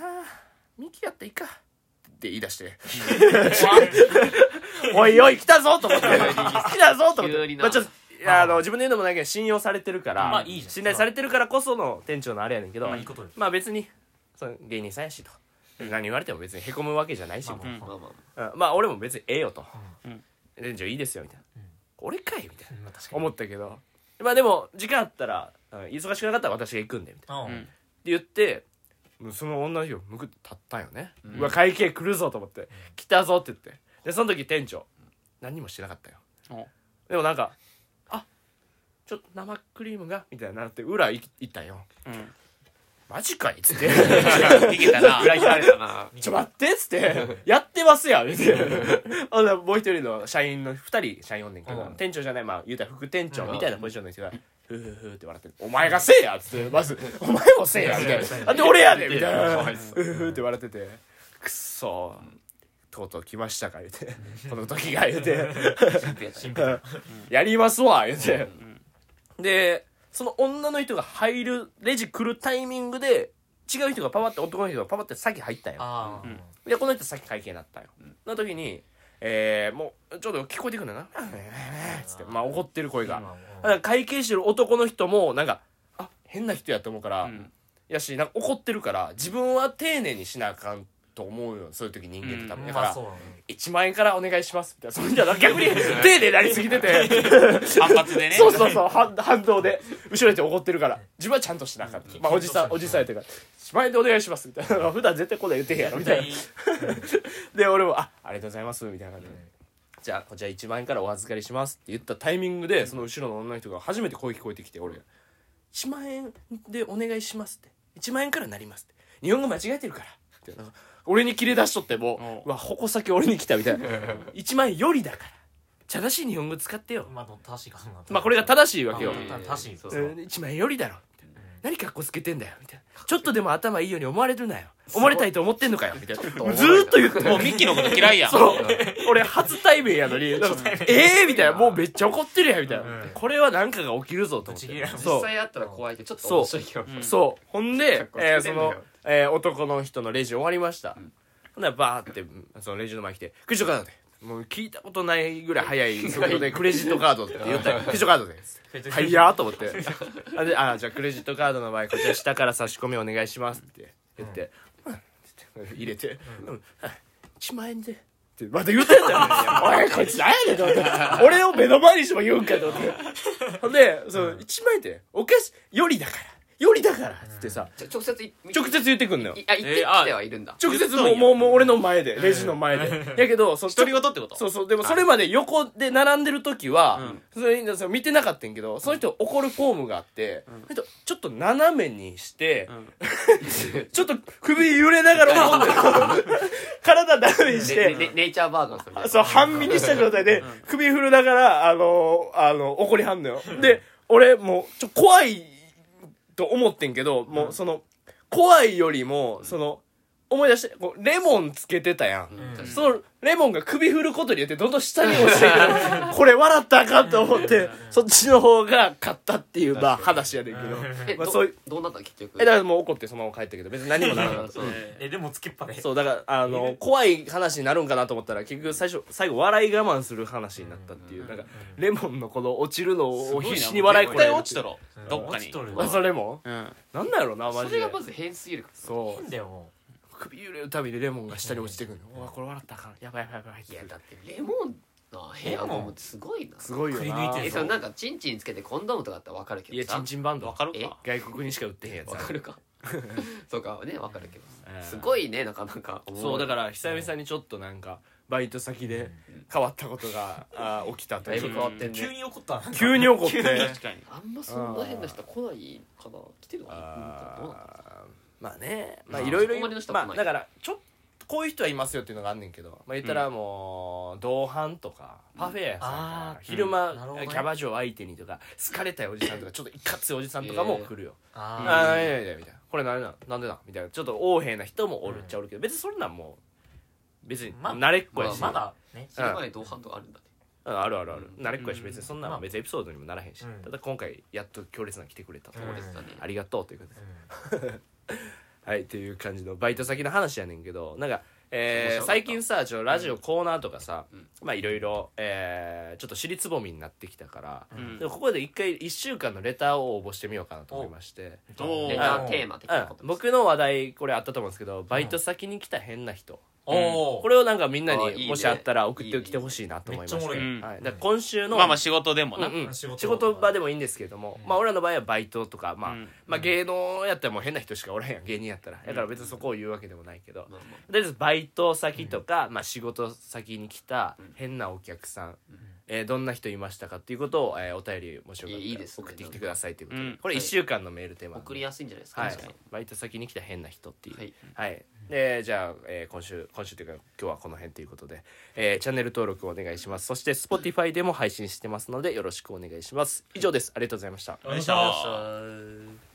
[SPEAKER 1] ミキやっていいか」って言い出して「 おいおい来たぞ」と思って 「来たぞ」と思っ
[SPEAKER 2] 急
[SPEAKER 1] て、
[SPEAKER 2] に
[SPEAKER 1] ま
[SPEAKER 2] な
[SPEAKER 1] あ、ちょっといやあの自分で言うのもないけど信用されてるから、
[SPEAKER 5] まあいいじゃん
[SPEAKER 1] 信頼されてるからこその店長のあれやねんけど、
[SPEAKER 5] まあいいことです
[SPEAKER 1] まあ別にその芸人さんやしと。何言われても別にへこむわけじゃないし、
[SPEAKER 5] まあ
[SPEAKER 1] み
[SPEAKER 5] まあ
[SPEAKER 2] まあまあ
[SPEAKER 1] たいなうんまあ俺も別にええよと、
[SPEAKER 4] うん
[SPEAKER 1] 店長いいですよみたいな、
[SPEAKER 5] うん
[SPEAKER 1] 俺かいみたいな
[SPEAKER 5] うんまあ確かに
[SPEAKER 1] 思ったけどまあでも時間あったらうん忙しくなかったら私が行くんでみたいな
[SPEAKER 5] うん
[SPEAKER 4] うん
[SPEAKER 1] って言ってもうその女の人を向くって立ったんよね、うわ会計来るぞと思って来たぞって言ってでその時店長何にもしてなかったよ
[SPEAKER 4] お
[SPEAKER 1] でもなんか「あちょっと生クリームが」みたいになって裏行き行ったんよ
[SPEAKER 4] うん
[SPEAKER 1] 「マジかい」っつって
[SPEAKER 4] いけたな
[SPEAKER 1] 裏切られた
[SPEAKER 2] な
[SPEAKER 1] 「ちょ待って」っつ って「やってますやん」みたいなほんでもう一人の社員の二人社員おんねんけど、
[SPEAKER 5] うん
[SPEAKER 1] 店長じゃないまあ言うたら副店長みたいなポジションの人が「ふふふ」って笑ってる「お前がせえや」っつってまず「お前もせえや」みたいな「なんで俺やねん」みたいな
[SPEAKER 4] うん
[SPEAKER 1] うふふって笑ってて「くっそーとうとう来ましたか」言うて「この時が」言うて
[SPEAKER 5] 新品
[SPEAKER 1] 「やりますわ」言うてでその女の人が入るレジ来るタイミングで違う人がパパって男の人がパパって先入ったんよ
[SPEAKER 5] ああ
[SPEAKER 1] でこの人先会計になったんよ、の時にえー、もうちょっと聞こえてくるんだな「 つってまあ怒ってる声が
[SPEAKER 5] 今も
[SPEAKER 1] だから会計してる男の人もなんかあ変な人やと思うから、
[SPEAKER 4] うん
[SPEAKER 1] やしなんか怒ってるから自分は丁寧にしなあかんと思うよそういう時人間って多分、だか
[SPEAKER 5] まあ
[SPEAKER 1] ら、
[SPEAKER 5] そうだね
[SPEAKER 1] 1万円からお願いしますみたいなそん じゃ逆に丁寧になりすぎて て
[SPEAKER 4] 反発でね
[SPEAKER 1] そうそうそう反反動で後ろに怒ってるから自分はちゃんとしなあかんまあおじさんおじさんやったから1万円でお願いしますみたいな普段絶対こんなん言ってへんやろみたいなで俺も「あありがとうございます」みたいな感じで、じゃあこちら1万円からお預かりします」って言ったタイミングでその後ろの女の人が初めて声聞こえてきて俺が「1万円でお願いします」って「1万円からなります」って「日本語間違えてるから」ってなんか俺に切れ出しとってもううわ矛先俺に来たみたいな「1万円よりだから正しい日本語使ってよ」
[SPEAKER 5] まあでも正しいかな
[SPEAKER 1] まあこれが正しいわけよ、
[SPEAKER 5] うん正しいそうそう
[SPEAKER 1] うん1万円よりだろみたいな何かっこつけてんだよみたいなちょっとでも頭いいように思われるなよ思われたいと思ってんのかよみたいな ずーっと言って
[SPEAKER 4] もうミッキーのこと嫌いやん
[SPEAKER 1] そう 俺初対面やのになんかええみたいなもうめっちゃ怒ってるやんみたいな
[SPEAKER 5] うん
[SPEAKER 1] これは何かが起きるぞと思っ
[SPEAKER 5] ぶち切れ
[SPEAKER 1] て
[SPEAKER 5] られる
[SPEAKER 1] そ
[SPEAKER 2] 実
[SPEAKER 1] う
[SPEAKER 2] 際あったら怖いけどちょっと面白いけど
[SPEAKER 4] うん
[SPEAKER 1] そうほん
[SPEAKER 2] かっ
[SPEAKER 1] で
[SPEAKER 2] こつ
[SPEAKER 1] えー
[SPEAKER 2] け
[SPEAKER 1] そ
[SPEAKER 2] てんだよ
[SPEAKER 1] のえー男の人のレジ終わりましたほんならバーって そのレジの前来て「クレジットカードで」もう聞いたことないぐらい早 い速度で「クレジットカード」って言ったら「クレジットカードです」はいやーと思ってあであじゃあクレジットカードの場合こちら下から差し込みお願いしますって言って、うんって入れて、うんはい1万円でってまた言ってんだよおいこいつ何やねんと思って俺を目の前にしても言うんかと思ってほんでその1万円でお菓子よりだからよりだからっつってさ
[SPEAKER 2] ちょ直接い
[SPEAKER 1] 直接言ってくんのよ
[SPEAKER 2] いあ言ってきてはいるんだ
[SPEAKER 1] 直接もうもうもう俺の前でレジの前でやけどそ の
[SPEAKER 4] 独り言ってこと
[SPEAKER 1] そうそうでもそれまで横で並んでる時は、
[SPEAKER 4] うん
[SPEAKER 1] それそれ見てなかったんやけどその人怒るフォームがあって、その人ちょっと斜めにして、 ちょっと首揺れながら怒ってる体斜めにし
[SPEAKER 2] ねね
[SPEAKER 1] て。
[SPEAKER 2] ネイチャーバーガーする
[SPEAKER 1] そう、半身にした状態で、首振るながら、あのあの、怒りはんのよ。で、俺、もう、ちょ、怖いと思ってんけど、もう、その、怖いよりも、その、思い出して、こうレモンつけてたやん。
[SPEAKER 5] うん
[SPEAKER 1] そのレモンが首振ることによってどんどん下に落ちていく これ笑ったらあかんと思ってそっちの方が勝ったっていうまあ話やねんけど
[SPEAKER 2] え
[SPEAKER 1] まあ
[SPEAKER 2] ど
[SPEAKER 1] そういう
[SPEAKER 2] どうなったの結局
[SPEAKER 1] えだからもう怒ってそのまま帰ったけど別に何もならなかった
[SPEAKER 5] えでもつけっぱで
[SPEAKER 1] そうだからあの怖い話になるんかなと思ったら結局最初最後笑い我慢する話になったっていうなんかレモンのこの落ちるのを必死に笑い
[SPEAKER 4] こ
[SPEAKER 1] こ
[SPEAKER 4] ら
[SPEAKER 1] らえ
[SPEAKER 4] え落
[SPEAKER 1] 落ち
[SPEAKER 4] ちと
[SPEAKER 1] た
[SPEAKER 4] ろ
[SPEAKER 5] うん
[SPEAKER 4] どっか
[SPEAKER 5] 落ち
[SPEAKER 4] に
[SPEAKER 5] とる
[SPEAKER 1] あそれレモ
[SPEAKER 4] うん
[SPEAKER 1] ンなんなんやろなマジ
[SPEAKER 2] それ
[SPEAKER 1] で
[SPEAKER 2] がまず変すぎるから
[SPEAKER 1] そ
[SPEAKER 5] 変
[SPEAKER 1] う
[SPEAKER 5] だよも
[SPEAKER 1] 首揺れるたびにレモンが下に落ちてくるのうわこれ笑ったらあかんやばいやばいやばい
[SPEAKER 2] いやだってレモンのヘアゴムってすごいな
[SPEAKER 1] すごいよ
[SPEAKER 5] 食い抜い
[SPEAKER 1] な
[SPEAKER 5] て
[SPEAKER 2] え
[SPEAKER 5] る
[SPEAKER 2] そのなんかチンチンつけてコンドームとかだったらわかるけ
[SPEAKER 1] い
[SPEAKER 2] ど
[SPEAKER 1] や
[SPEAKER 2] さ
[SPEAKER 1] チンチンバンド
[SPEAKER 4] わかる
[SPEAKER 2] え
[SPEAKER 4] か
[SPEAKER 1] 外国にしか売ってへんやつ
[SPEAKER 2] わかる かそうかねわかるけど
[SPEAKER 1] えー
[SPEAKER 2] すごいねなかなか
[SPEAKER 1] そうだからら久々にちょっとなんかバイト先で変わったことがあー起きたと
[SPEAKER 2] だ
[SPEAKER 1] い
[SPEAKER 2] いうぶ変わって
[SPEAKER 5] うん急
[SPEAKER 2] ね
[SPEAKER 5] に怒ったな
[SPEAKER 1] 急に怒って
[SPEAKER 4] 確かに
[SPEAKER 2] あんまそんな変な人来ないかな来てるのかなどうなの
[SPEAKER 1] あーまあねまあ
[SPEAKER 2] まあ
[SPEAKER 1] いろいろ
[SPEAKER 2] そこまでの人は来
[SPEAKER 1] ま
[SPEAKER 2] な
[SPEAKER 1] あだ
[SPEAKER 2] い
[SPEAKER 1] からちょっとこういう人はいますよっていうのがあんねんけど、まあ、言ったらもう同伴とかパフェ屋さんと
[SPEAKER 5] あ
[SPEAKER 1] か
[SPEAKER 5] ー
[SPEAKER 1] 昼間
[SPEAKER 5] うんなるほどね
[SPEAKER 1] キャバ嬢相手にとか好かれたいおじさんとかちょっといかついおじさんとかも来るよ、
[SPEAKER 5] あ
[SPEAKER 1] あーい
[SPEAKER 5] ー
[SPEAKER 1] やいやいやみたいなこれ何なんなんでなんみたいなちょっと横柄な人もおるっちゃおるけど別にそんなんもう別に
[SPEAKER 5] まあ
[SPEAKER 1] 慣れっこやし、
[SPEAKER 5] まだね
[SPEAKER 2] それまで同伴とかあるんだね
[SPEAKER 1] うんあるあるある、
[SPEAKER 4] う
[SPEAKER 1] 慣れっこやし
[SPEAKER 5] うん
[SPEAKER 1] 別にそんなの別にエピソードにもならへんし、
[SPEAKER 5] うん
[SPEAKER 1] ただ今回やっと強烈なの来てくれたと、
[SPEAKER 5] うん
[SPEAKER 2] そうですだね
[SPEAKER 1] ありがとうということで
[SPEAKER 5] う
[SPEAKER 1] はいっていう感じのバイト先の話やねんけどなんか、え
[SPEAKER 2] 面白か
[SPEAKER 1] ー、
[SPEAKER 2] った
[SPEAKER 1] 最近さちょラジオコーナーとかさ、
[SPEAKER 2] ん
[SPEAKER 1] まあいろいろえーちょっと尻つぼみになってきたから、
[SPEAKER 4] うん
[SPEAKER 1] でもここで一回1週間のレターを応募してみようかなと思いまして、
[SPEAKER 5] ん
[SPEAKER 4] おー
[SPEAKER 2] レターテーマ的な
[SPEAKER 1] う
[SPEAKER 2] こと
[SPEAKER 1] ん、
[SPEAKER 2] です
[SPEAKER 1] 僕の話題これあったと思うんですけどバイト先に来た変な人、
[SPEAKER 5] おお
[SPEAKER 1] これをなんかみんな
[SPEAKER 2] あーいい
[SPEAKER 1] に
[SPEAKER 2] ね
[SPEAKER 1] もしあったら送ってきてほしいなと思いまして
[SPEAKER 5] めっちゃおもろ
[SPEAKER 4] い
[SPEAKER 1] はい、だから今週の、
[SPEAKER 4] まあまあ仕事でもな
[SPEAKER 1] うんうん
[SPEAKER 5] 仕
[SPEAKER 1] 仕
[SPEAKER 5] 事
[SPEAKER 1] 事場でもいいんですけれども、まあ俺らの場合はバイトとか、まあ
[SPEAKER 4] うん
[SPEAKER 1] まあ、芸能やったらもう変な人しかおらへんやん芸人やったらだから別にそこを言うわけでもないけど、
[SPEAKER 2] まあま
[SPEAKER 1] とりあえずバイト先とか、まあ、仕事先に来た変なお客さん、えーどんな人いましたかっていうことを、えーお便りもしよかったら
[SPEAKER 2] いいいいですね
[SPEAKER 1] 送ってきてくださいということで、
[SPEAKER 4] うん
[SPEAKER 1] これ1週間のメールテーマ
[SPEAKER 2] あ
[SPEAKER 1] なんで
[SPEAKER 2] 送りやすいんじゃないですか
[SPEAKER 1] はい
[SPEAKER 2] 確かに、
[SPEAKER 1] バイト先に来た変な人っていうは
[SPEAKER 2] はいい、
[SPEAKER 1] でじゃあ、えー今週今週というか今日はこの辺ということで、えーチャンネル登録お願いしますそして Spotify でも配信してますのでよろしくお願いします以上ですありがとうございました
[SPEAKER 4] よいしょ
[SPEAKER 5] た